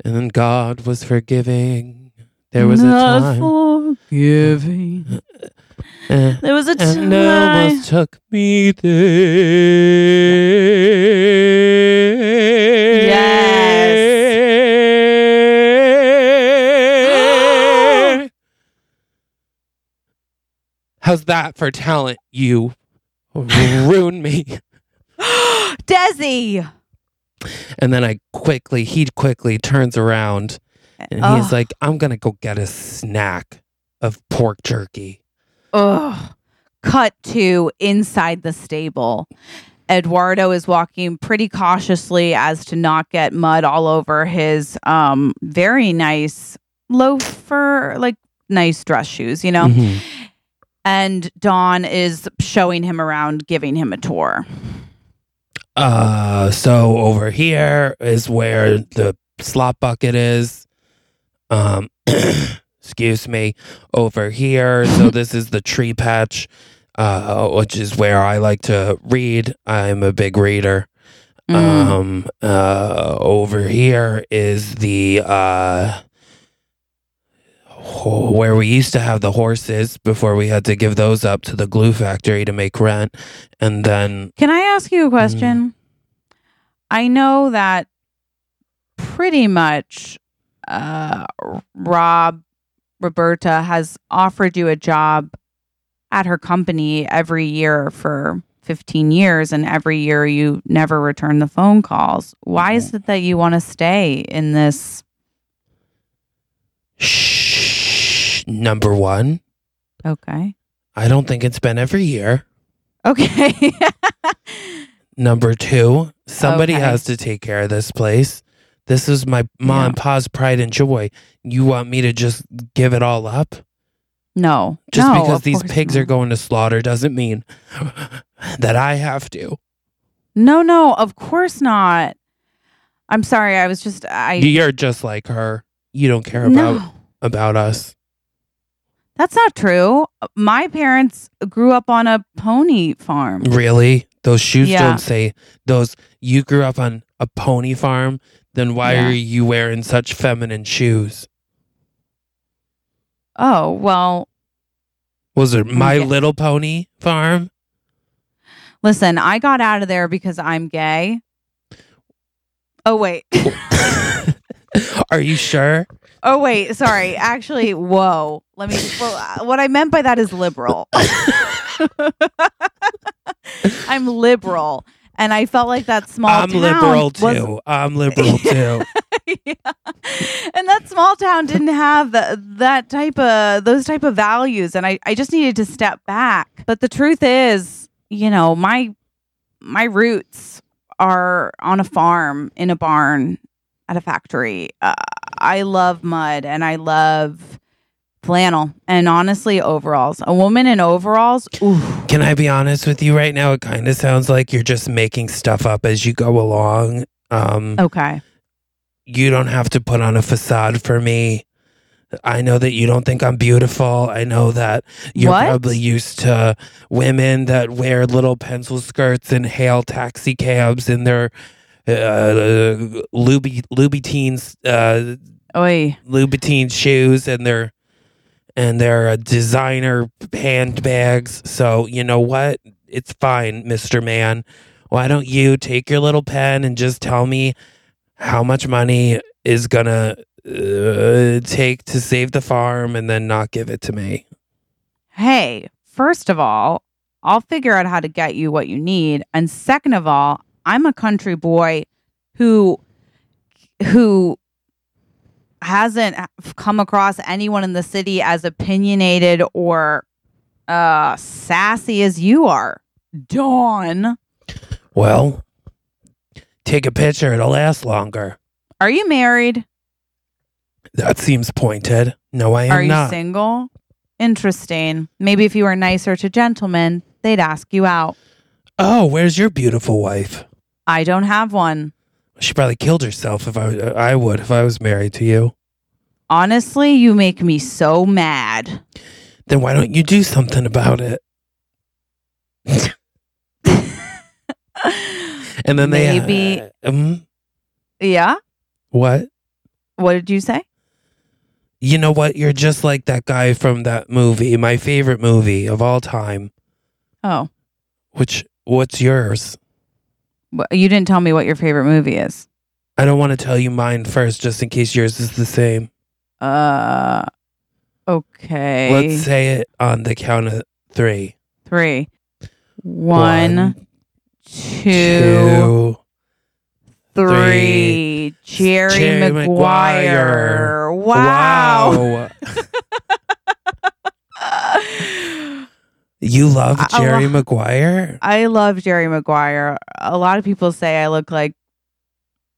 [SPEAKER 3] and God was forgiving. There was a
[SPEAKER 2] Not
[SPEAKER 3] time.
[SPEAKER 2] *laughs* forgiving.
[SPEAKER 3] Eh.
[SPEAKER 2] There was a
[SPEAKER 3] and
[SPEAKER 2] time.
[SPEAKER 3] almost took me there.
[SPEAKER 2] Yes.
[SPEAKER 3] *gasps* How's that for talent? You ruin me.
[SPEAKER 2] *gasps* Desi.
[SPEAKER 3] And then I quickly, he quickly turns around and he's like, I'm going to go get a snack of pork jerky.
[SPEAKER 2] Ugh. Cut to inside the stable. Eduardo is walking pretty cautiously as to not get mud all over his um very nice loafer, like nice dress shoes, you know.
[SPEAKER 3] Mhm.
[SPEAKER 2] And Dawn is showing him around, giving him a tour.
[SPEAKER 3] Uh, so over here is where the slop bucket is. Um, *coughs* excuse me. Over here, so this is the tree patch, uh, which is where I like to read. I'm a big reader.
[SPEAKER 2] Mm.
[SPEAKER 3] Um, uh, over here is the uh, ho- where we used to have the horses before we had to give those up to the glue factory to make rent, and then
[SPEAKER 2] Can I ask
[SPEAKER 3] Mm-hmm.
[SPEAKER 2] you a question? I know that pretty much uh, Rob Roberta has offered you a job at her company every year for 15 years, and every year you never return the phone calls.
[SPEAKER 3] Mm-hmm.
[SPEAKER 2] Why is it that you want to stay in this?
[SPEAKER 3] shh, number one.
[SPEAKER 2] Okay.
[SPEAKER 3] I don't think it's been every year.
[SPEAKER 2] Okay. *laughs*
[SPEAKER 3] Number two, somebody
[SPEAKER 2] Okay.
[SPEAKER 3] has to take care of this place. This is my mom
[SPEAKER 2] Yeah.
[SPEAKER 3] and pa's pride and joy. You want me to just give it all up?
[SPEAKER 2] no.
[SPEAKER 3] Just
[SPEAKER 2] No,
[SPEAKER 3] because
[SPEAKER 2] of
[SPEAKER 3] these
[SPEAKER 2] course
[SPEAKER 3] pigs
[SPEAKER 2] not.
[SPEAKER 3] are going to slaughter doesn't mean *laughs* that I have to.
[SPEAKER 2] No, no, of course not. I'm sorry. I was just I
[SPEAKER 3] You're just like her. You don't care
[SPEAKER 2] no.
[SPEAKER 3] about about us.
[SPEAKER 2] That's not true. My parents grew up on a pony farm.
[SPEAKER 3] Really? Those shoes
[SPEAKER 2] Yeah.
[SPEAKER 3] don't say those you grew up on a pony farm, then why
[SPEAKER 2] Yeah.
[SPEAKER 3] are you wearing such feminine shoes?
[SPEAKER 2] Oh, well,
[SPEAKER 3] Was it my
[SPEAKER 2] Okay.
[SPEAKER 3] little pony farm?
[SPEAKER 2] listen, I got out of there because I'm gay. Oh, wait. *laughs*
[SPEAKER 3] are you sure?
[SPEAKER 2] Oh, wait. Sorry. Actually, whoa. Let me. Well, uh, what I meant by that is liberal. *laughs* I'm liberal. And I felt like that small
[SPEAKER 3] I'm
[SPEAKER 2] town
[SPEAKER 3] liberal too.
[SPEAKER 2] was- *laughs*
[SPEAKER 3] I'm liberal too.
[SPEAKER 2] yeah. and that small town didn't have the, that type of those type of values and I, I just needed to step back but the truth is you know my my roots are on a farm in a barn at a factory uh, i love mud and i love flannel and honestly overalls a woman in overalls ooh,
[SPEAKER 3] Can I be honest with you right now? It kind of sounds like you're just making stuff up as you go along. Um,
[SPEAKER 2] okay
[SPEAKER 3] you don't have to put on a facade for me. I know that you don't think I'm beautiful. I know that you're
[SPEAKER 2] What?
[SPEAKER 3] probably used to women that wear little pencil skirts and hail taxi cabs in their uh, Luby Louboutins uh,
[SPEAKER 2] oi
[SPEAKER 3] Louboutin shoes and their and their uh, designer handbags. So you know what? It's fine, Mister Man. Why don't you take your little pen and just tell me how much money is gonna uh, take to save the farm, and then not give it to me?
[SPEAKER 2] hey, first of all, I'll figure out how to get you what you need. And second of all, I'm a country boy who who hasn't come across anyone in the city as opinionated or uh sassy as you are. Dawn,
[SPEAKER 3] Well, take a picture; it'll last longer.
[SPEAKER 2] are you married?
[SPEAKER 3] That seems pointed. No, I am
[SPEAKER 2] Are you
[SPEAKER 3] not.
[SPEAKER 2] single? Interesting. Maybe if you were nicer to gentlemen, they'd ask you out.
[SPEAKER 3] oh, where's your beautiful wife?
[SPEAKER 2] I don't have one.
[SPEAKER 3] She probably killed herself if I I would if I was married to you.
[SPEAKER 2] Honestly, you make me so mad.
[SPEAKER 3] Then why don't you do something about it? And then they
[SPEAKER 2] Maybe-
[SPEAKER 3] uh, um,
[SPEAKER 2] yeah.
[SPEAKER 3] what?
[SPEAKER 2] What did you say?
[SPEAKER 3] You know what? You're just like that guy from that movie, my favorite movie of all time.
[SPEAKER 2] Oh,
[SPEAKER 3] Which what's yours?
[SPEAKER 2] wh- you didn't tell me what your favorite movie is.
[SPEAKER 3] I don't want to tell you mine first, just in case yours is the same.
[SPEAKER 2] Uh, okay.
[SPEAKER 3] Let's say it on the count of three.
[SPEAKER 2] Three. One,
[SPEAKER 3] One,
[SPEAKER 2] two, three.
[SPEAKER 3] three.
[SPEAKER 2] Jerry,
[SPEAKER 3] Jerry
[SPEAKER 2] Maguire. Wow. *laughs*
[SPEAKER 3] Wow.
[SPEAKER 2] *laughs*
[SPEAKER 3] you love
[SPEAKER 2] I- I
[SPEAKER 3] Jerry
[SPEAKER 2] lo-
[SPEAKER 3] Maguire?
[SPEAKER 2] I love Jerry Maguire. A lot of people say I look like,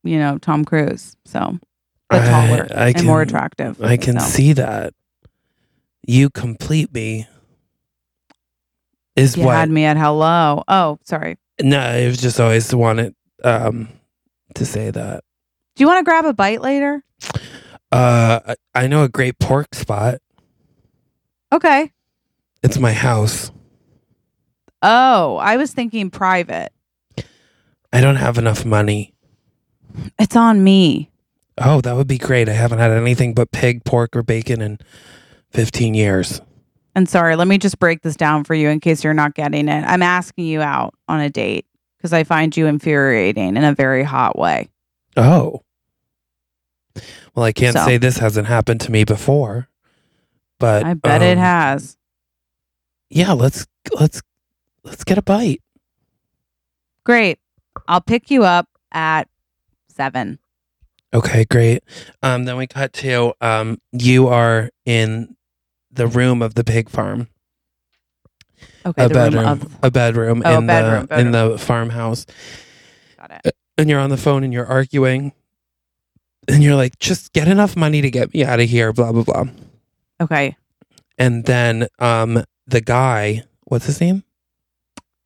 [SPEAKER 2] you know, Tom Cruise. So, but
[SPEAKER 3] I-
[SPEAKER 2] taller
[SPEAKER 3] I
[SPEAKER 2] and more
[SPEAKER 3] can-
[SPEAKER 2] attractive.
[SPEAKER 3] I can
[SPEAKER 2] So,
[SPEAKER 3] see that. You complete me. Is
[SPEAKER 2] You
[SPEAKER 3] what?
[SPEAKER 2] had me at hello. Oh, sorry.
[SPEAKER 3] No, I was just always wanted um, to say that.
[SPEAKER 2] Do you want to grab a bite later?
[SPEAKER 3] Uh, I, I know a great pork spot.
[SPEAKER 2] Okay.
[SPEAKER 3] It's my house.
[SPEAKER 2] Oh, I was thinking private.
[SPEAKER 3] I don't have enough money.
[SPEAKER 2] It's on me.
[SPEAKER 3] Oh, that would be great. I haven't had anything but pig, pork, or bacon in 15 years.
[SPEAKER 2] And sorry, let me just break this down for you in case you're not getting it. I'm asking you out on a date because I find you infuriating in a very hot way.
[SPEAKER 3] Oh. Well, I can't
[SPEAKER 2] So.
[SPEAKER 3] say this hasn't happened to me before, but
[SPEAKER 2] I bet it
[SPEAKER 3] um,
[SPEAKER 2] has.
[SPEAKER 3] Yeah, let's let's let's get a bite.
[SPEAKER 2] Great. I'll pick you up at seven.
[SPEAKER 3] Okay, great. Um, then we cut to um, you are in the room of the pig farm.
[SPEAKER 2] Okay.
[SPEAKER 3] a
[SPEAKER 2] the
[SPEAKER 3] bedroom,
[SPEAKER 2] room of
[SPEAKER 3] a bedroom
[SPEAKER 2] Oh,
[SPEAKER 3] in
[SPEAKER 2] bedroom,
[SPEAKER 3] the in the farmhouse, Uh,
[SPEAKER 2] got it.
[SPEAKER 3] and you're on the phone and you're arguing, and you're like, just get enough money to get me out of here, blah blah blah.
[SPEAKER 2] Okay.
[SPEAKER 3] And then um, the guy, what's his name?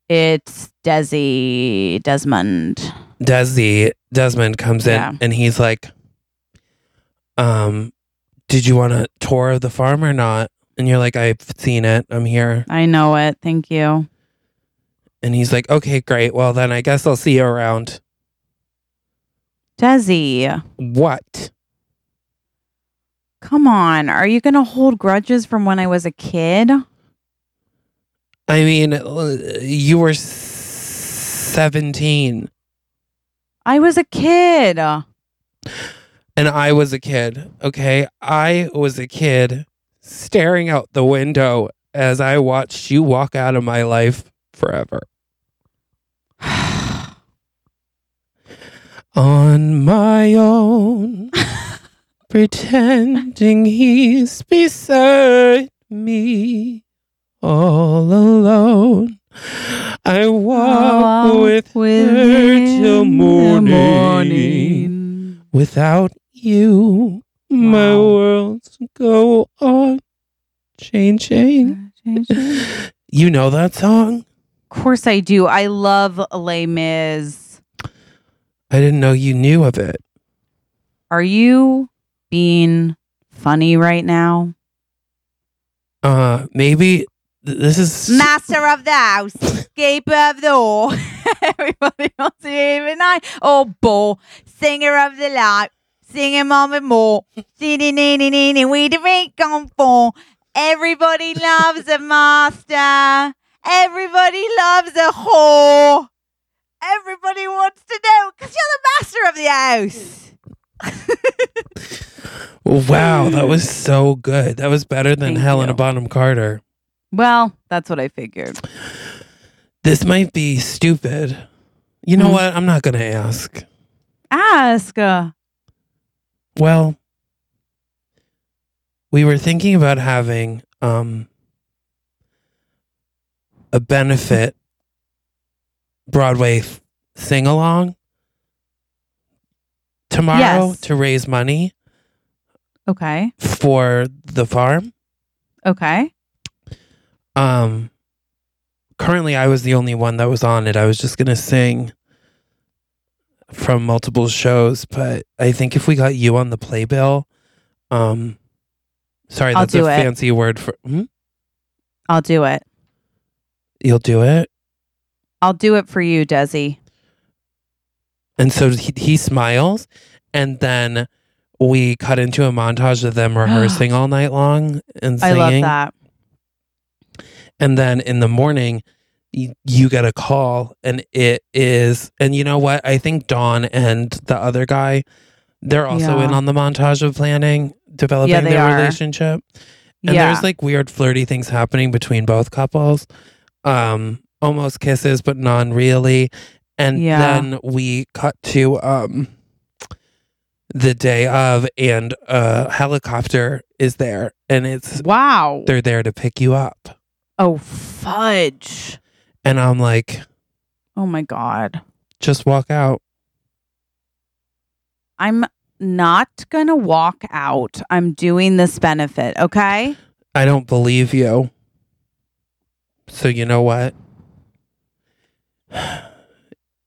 [SPEAKER 2] It's Desi Desmond.
[SPEAKER 3] Desi Desmond comes in
[SPEAKER 2] Yeah.
[SPEAKER 3] and he's like, um, did you want a tour of the farm or not? And you're like, I've seen it. I'm here.
[SPEAKER 2] I know it. Thank you.
[SPEAKER 3] And he's like, okay, great. Well, then I guess I'll see you around.
[SPEAKER 2] Desi,
[SPEAKER 3] What?
[SPEAKER 2] come on. Are you going to hold grudges from when I was a kid?
[SPEAKER 3] I mean, l- you were s- 17
[SPEAKER 2] I was a kid.
[SPEAKER 3] and I was a kid. Okay. I was a kid staring out the window as I watched you walk out of my life forever. On
[SPEAKER 2] *laughs*
[SPEAKER 3] my own, pretending he's beside me, all alone. I walk
[SPEAKER 2] Walk
[SPEAKER 3] with her
[SPEAKER 2] him
[SPEAKER 3] till
[SPEAKER 2] in the
[SPEAKER 3] morning.
[SPEAKER 2] morning.
[SPEAKER 3] Without you, my
[SPEAKER 2] Wow.
[SPEAKER 3] worlds go on changing.
[SPEAKER 2] Uh, of
[SPEAKER 3] *laughs* You know that song?
[SPEAKER 2] course I do. I love Les Mis.
[SPEAKER 3] I didn't know you knew of it.
[SPEAKER 2] Are you being funny right now?
[SPEAKER 3] Uh, maybe th- this is
[SPEAKER 2] Master of the house, escape of the all. *laughs* Everybody wants to even I. Oh, bull, singer of the light, singing mom and more. We the rink on four. Everybody loves a master. Everybody loves a whore. Everybody wants to know because you're the master of the house.
[SPEAKER 3] Wow, that was so good. That was better than
[SPEAKER 2] Thank
[SPEAKER 3] Helena
[SPEAKER 2] you.
[SPEAKER 3] Bonham Carter.
[SPEAKER 2] Well, that's what I figured.
[SPEAKER 3] This might be stupid. You know
[SPEAKER 2] Mm.
[SPEAKER 3] what? I'm not going to ask.
[SPEAKER 2] Ask. Uh,
[SPEAKER 3] Well, we were thinking about having um a benefit Broadway sing along tomorrow
[SPEAKER 2] Yes.
[SPEAKER 3] to raise money
[SPEAKER 2] okay.
[SPEAKER 3] for the farm.
[SPEAKER 2] Okay.
[SPEAKER 3] Um, currently, I was the only one that was on it. I was just gonna sing. from multiple shows, but I think if we got you on the playbill, um, sorry,
[SPEAKER 2] I'll
[SPEAKER 3] that's
[SPEAKER 2] do
[SPEAKER 3] a
[SPEAKER 2] it.
[SPEAKER 3] fancy word for hmm?
[SPEAKER 2] I'll do it.
[SPEAKER 3] you'll do it.
[SPEAKER 2] I'll do it for you, Desi.
[SPEAKER 3] And so he, he smiles, and then we cut into a montage
[SPEAKER 2] *gasps*
[SPEAKER 3] of them rehearsing all night long and
[SPEAKER 2] I
[SPEAKER 3] singing.
[SPEAKER 2] love that.
[SPEAKER 3] And then in the morning, y- you get a call, and it is, and you know what? I think Dawn and the other guy, they're also
[SPEAKER 2] Yeah.
[SPEAKER 3] in on the montage of planning, developing
[SPEAKER 2] they
[SPEAKER 3] their
[SPEAKER 2] are.
[SPEAKER 3] relationship. And
[SPEAKER 2] yeah.
[SPEAKER 3] there's like weird flirty things happening between both couples. Um, almost kisses, but non really. And
[SPEAKER 2] Yeah.
[SPEAKER 3] then we cut to um the day of and a helicopter is there and it's
[SPEAKER 2] wow.
[SPEAKER 3] they're there to pick you up.
[SPEAKER 2] Oh, fudge.
[SPEAKER 3] And I'm like,
[SPEAKER 2] Oh my God.
[SPEAKER 3] just walk out.
[SPEAKER 2] I'm not going to walk out. I'm doing this benefit. Okay.
[SPEAKER 3] I don't believe you. So you know what? *sighs*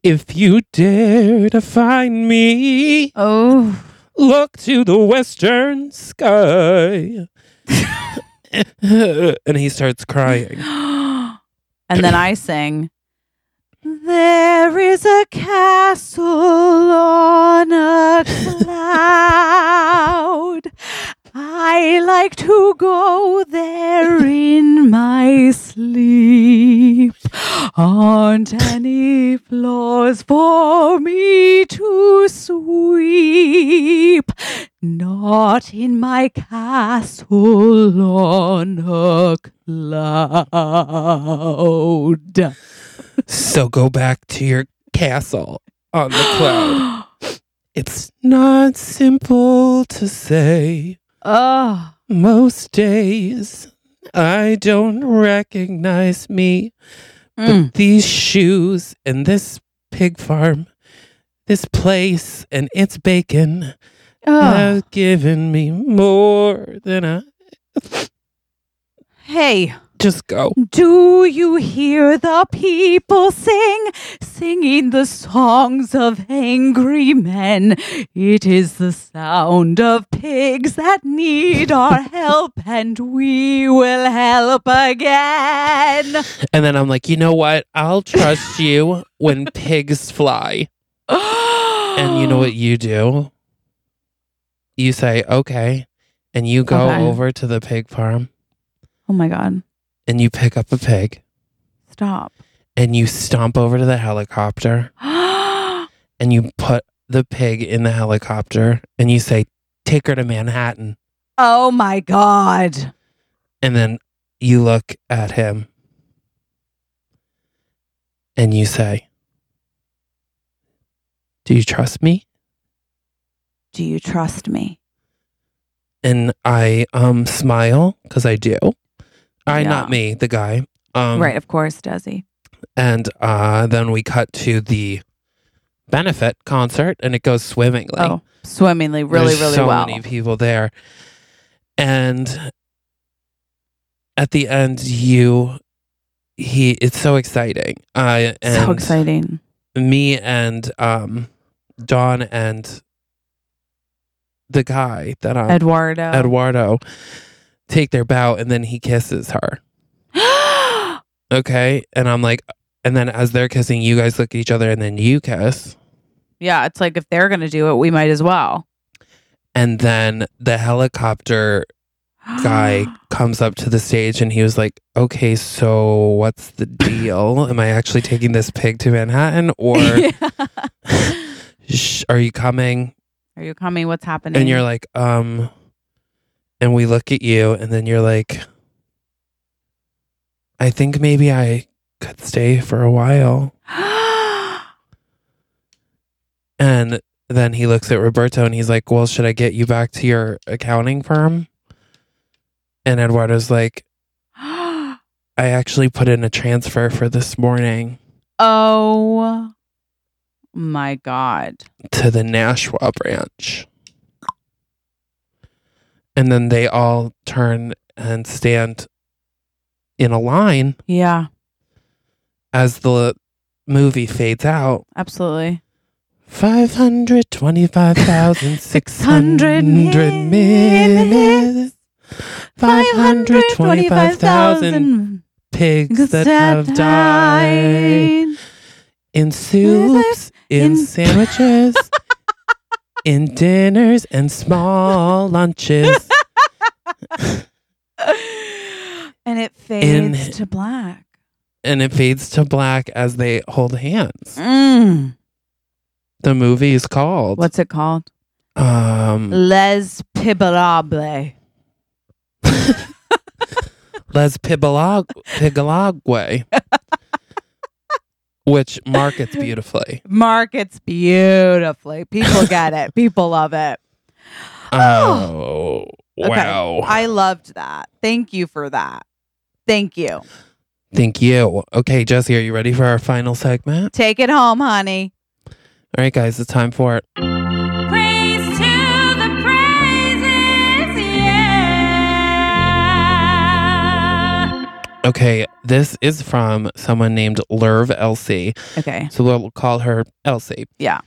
[SPEAKER 3] If you dare to find me,
[SPEAKER 2] Oh,
[SPEAKER 3] Look to the western sky. *laughs* and he starts
[SPEAKER 2] *gasps*
[SPEAKER 3] crying.
[SPEAKER 2] and then I sing. There is a castle on a cloud. I like to go there in my sleep. Aren't any floors for me to sweep? Not in my castle on a cloud.
[SPEAKER 3] So go back to your castle on the cloud. It's not simple to say.
[SPEAKER 2] oh,
[SPEAKER 3] Most days I don't recognize me.
[SPEAKER 2] mm.
[SPEAKER 3] But these shoes and this pig farm, this place and its bacon
[SPEAKER 2] oh.
[SPEAKER 3] has given me more than I
[SPEAKER 2] Hey.
[SPEAKER 3] just go.
[SPEAKER 2] Mm. Do you hear the people sing, singing the songs of angry men? It is the sound of pigs that need our help, and we will help again. *gasps*
[SPEAKER 3] And then I'm like, you know what?
[SPEAKER 2] *laughs*
[SPEAKER 3] I'll trust you when pigs fly. And
[SPEAKER 2] and
[SPEAKER 3] you
[SPEAKER 2] *gasps*
[SPEAKER 3] know what you do? You say, okay. And you go
[SPEAKER 2] Okay.
[SPEAKER 3] over to the pig farm
[SPEAKER 2] Oh my God.
[SPEAKER 3] and you pick up a pig
[SPEAKER 2] Stop. *gasps*
[SPEAKER 3] and you stomp over to the helicopter and you put the pig in the helicopter and you say, take her to Manhattan.
[SPEAKER 2] oh my God.
[SPEAKER 3] And then you look at him and you say, do you trust me?
[SPEAKER 2] Do you trust me?
[SPEAKER 3] and I um smile because I do. I not
[SPEAKER 2] Yeah.
[SPEAKER 3] me, the guy. Um,
[SPEAKER 2] right, of course, Desi.
[SPEAKER 3] And uh, then we cut to the benefit concert, and it goes swimmingly.
[SPEAKER 2] oh, swimmingly, really,
[SPEAKER 3] There's
[SPEAKER 2] really
[SPEAKER 3] so
[SPEAKER 2] well.
[SPEAKER 3] many people there, and at the end, you he it's so exciting. Uh, and
[SPEAKER 2] so exciting.
[SPEAKER 3] me and um, Dawn and the guy that I'm
[SPEAKER 2] Eduardo.
[SPEAKER 3] Eduardo take their bow and then he kisses her.
[SPEAKER 2] *gasps*
[SPEAKER 3] Okay. And I'm like, and then as they're kissing, you guys look at each other and then you kiss.
[SPEAKER 2] yeah, it's like if they're going to do it, we might as well. *gasps*
[SPEAKER 3] And then the helicopter guy comes up to the stage and he was like, okay, so what's the deal? Am I actually taking this pig to Manhattan
[SPEAKER 2] *laughs*
[SPEAKER 3] or sh- are you coming?
[SPEAKER 2] Are you coming? What's happening?
[SPEAKER 3] And you're like, um, and we look at you, and then you're like, I think maybe I could stay for a while. And then he looks at Roberto and he's like, Well, should I get you back to your accounting firm? And Eduardo's like, I actually put in a transfer for this morning
[SPEAKER 2] *gasps* oh my God.
[SPEAKER 3] to the Nashua branch. And then they all turn and stand in a line
[SPEAKER 2] Yeah,
[SPEAKER 3] as the movie fades out
[SPEAKER 2] absolutely.
[SPEAKER 3] Five hundred twenty-five thousand six
[SPEAKER 2] 600
[SPEAKER 3] hundred minutes. Five hundred twenty-five thousand pigs that have died in soups, in
[SPEAKER 2] in- *laughs*
[SPEAKER 3] sandwiches, in dinners and small lunches.
[SPEAKER 2] and it
[SPEAKER 3] In-
[SPEAKER 2] fades to black.
[SPEAKER 3] And it fades to black as they hold hands.
[SPEAKER 2] Mm.
[SPEAKER 3] The movie is called
[SPEAKER 2] What's it called?
[SPEAKER 3] um,
[SPEAKER 2] Les Pibarables.
[SPEAKER 3] Les Pibalag- Pigalague, which
[SPEAKER 2] *gasps*
[SPEAKER 3] markets beautifully.
[SPEAKER 2] Markets beautifully. People get it. People love it.
[SPEAKER 3] Oh,
[SPEAKER 2] Okay.
[SPEAKER 3] wow.
[SPEAKER 2] I loved that. Thank you for that. Thank you.
[SPEAKER 3] Thank you. Okay, Jesse, are you ready for our final segment?
[SPEAKER 2] Take it home, honey.
[SPEAKER 3] All right, guys, it's time for
[SPEAKER 1] Praise to the praises, yeah.
[SPEAKER 3] Okay, this is from someone named Lerv Elsie.
[SPEAKER 2] Okay.
[SPEAKER 3] So we'll call her Elsie.
[SPEAKER 2] Yeah.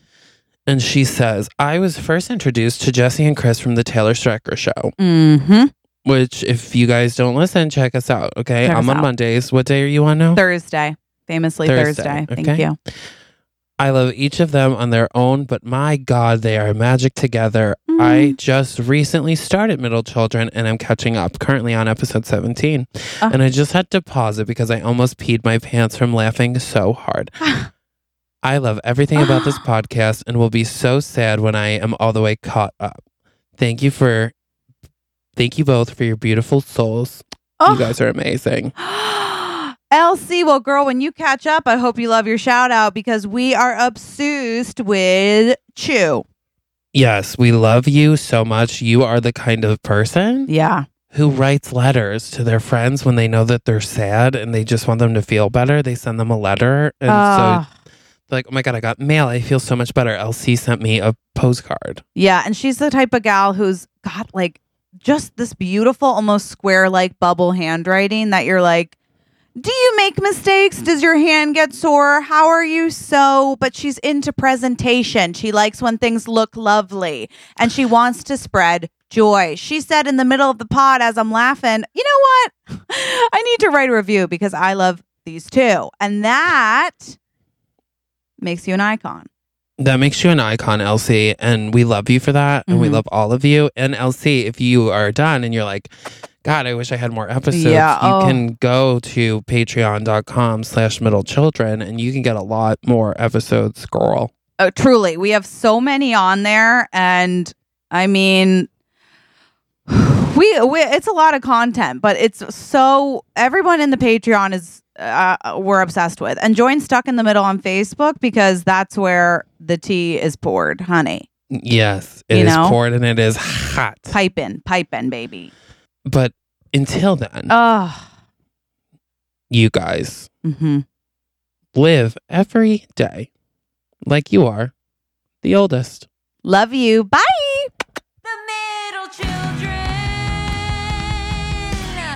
[SPEAKER 3] And she says, I was first introduced to Jesse and Chris from the Taylor Strecker show,
[SPEAKER 2] Mm-hmm.
[SPEAKER 3] which, if you guys don't listen, check us out. Okay.
[SPEAKER 2] Check
[SPEAKER 3] I'm
[SPEAKER 2] us
[SPEAKER 3] on
[SPEAKER 2] out.
[SPEAKER 3] Mondays. What day are you on now?
[SPEAKER 2] Thursday. Famously
[SPEAKER 3] Thursday,
[SPEAKER 2] Thursday.
[SPEAKER 3] okay.
[SPEAKER 2] Thank you.
[SPEAKER 3] I love each of them on their own, but my God, they are magic together.
[SPEAKER 2] Mm.
[SPEAKER 3] I just recently started Middle Children and I'm catching up, currently on episode 17.
[SPEAKER 2] Ah.
[SPEAKER 3] And I just had to pause it because I almost peed my pants from laughing so hard.
[SPEAKER 2] *laughs* Ah.
[SPEAKER 3] I love everything about this podcast and will be so sad when I am all the way caught up. Thank you for. Thank you both for your beautiful souls.
[SPEAKER 2] Ah.
[SPEAKER 3] You
[SPEAKER 2] *gasps*
[SPEAKER 3] guys are amazing.
[SPEAKER 2] Elsie, Oh, well, girl, when you catch up, I hope you love your shout out because we are obsessed with Chew.
[SPEAKER 3] Yes, we love you so much. You are the kind of person
[SPEAKER 2] Yeah.
[SPEAKER 3] who writes letters to their friends when they know that they're sad and they just want them to feel better. They send them a letter. And so,
[SPEAKER 2] Ah.
[SPEAKER 3] they're like, oh my God, I got mail. I feel so much better. LC sent me a postcard.
[SPEAKER 2] yeah. And she's the type of gal who's got like just this beautiful, almost square like bubble handwriting that you're like, do you make mistakes? Does your hand get sore? How are you so? But she's into presentation. She likes when things look lovely and she wants to spread joy. She said in the middle of the pod as I'm laughing, you know what? *laughs* I need to write a review because I love these two. And that makes you an icon.
[SPEAKER 3] That makes you an icon, LC. And we love you for that. And we
[SPEAKER 2] Mhm.
[SPEAKER 3] love all of you. And LC, if you are done and you're like, God, I wish I had more episodes,
[SPEAKER 2] Yeah,
[SPEAKER 3] you
[SPEAKER 2] oh.
[SPEAKER 3] can go to patreon.com slash middle children and you can get a lot more episodes, girl.
[SPEAKER 2] Oh, truly, we have so many on there, and I mean, *sighs* we, we it's a lot of content, but it's so everyone in the Patreon is uh, we're obsessed with, and join Stuck in the Middle on Facebook because that's where the tea is poured, honey.
[SPEAKER 3] Yes, it is
[SPEAKER 2] You know?
[SPEAKER 3] poured and it is hot.
[SPEAKER 2] Pipe in, pipe in, baby.
[SPEAKER 3] But until then,
[SPEAKER 2] Oh,
[SPEAKER 3] you guys.
[SPEAKER 2] hmm
[SPEAKER 3] live every day like you are the oldest.
[SPEAKER 2] love you. Bye.
[SPEAKER 1] The middle children.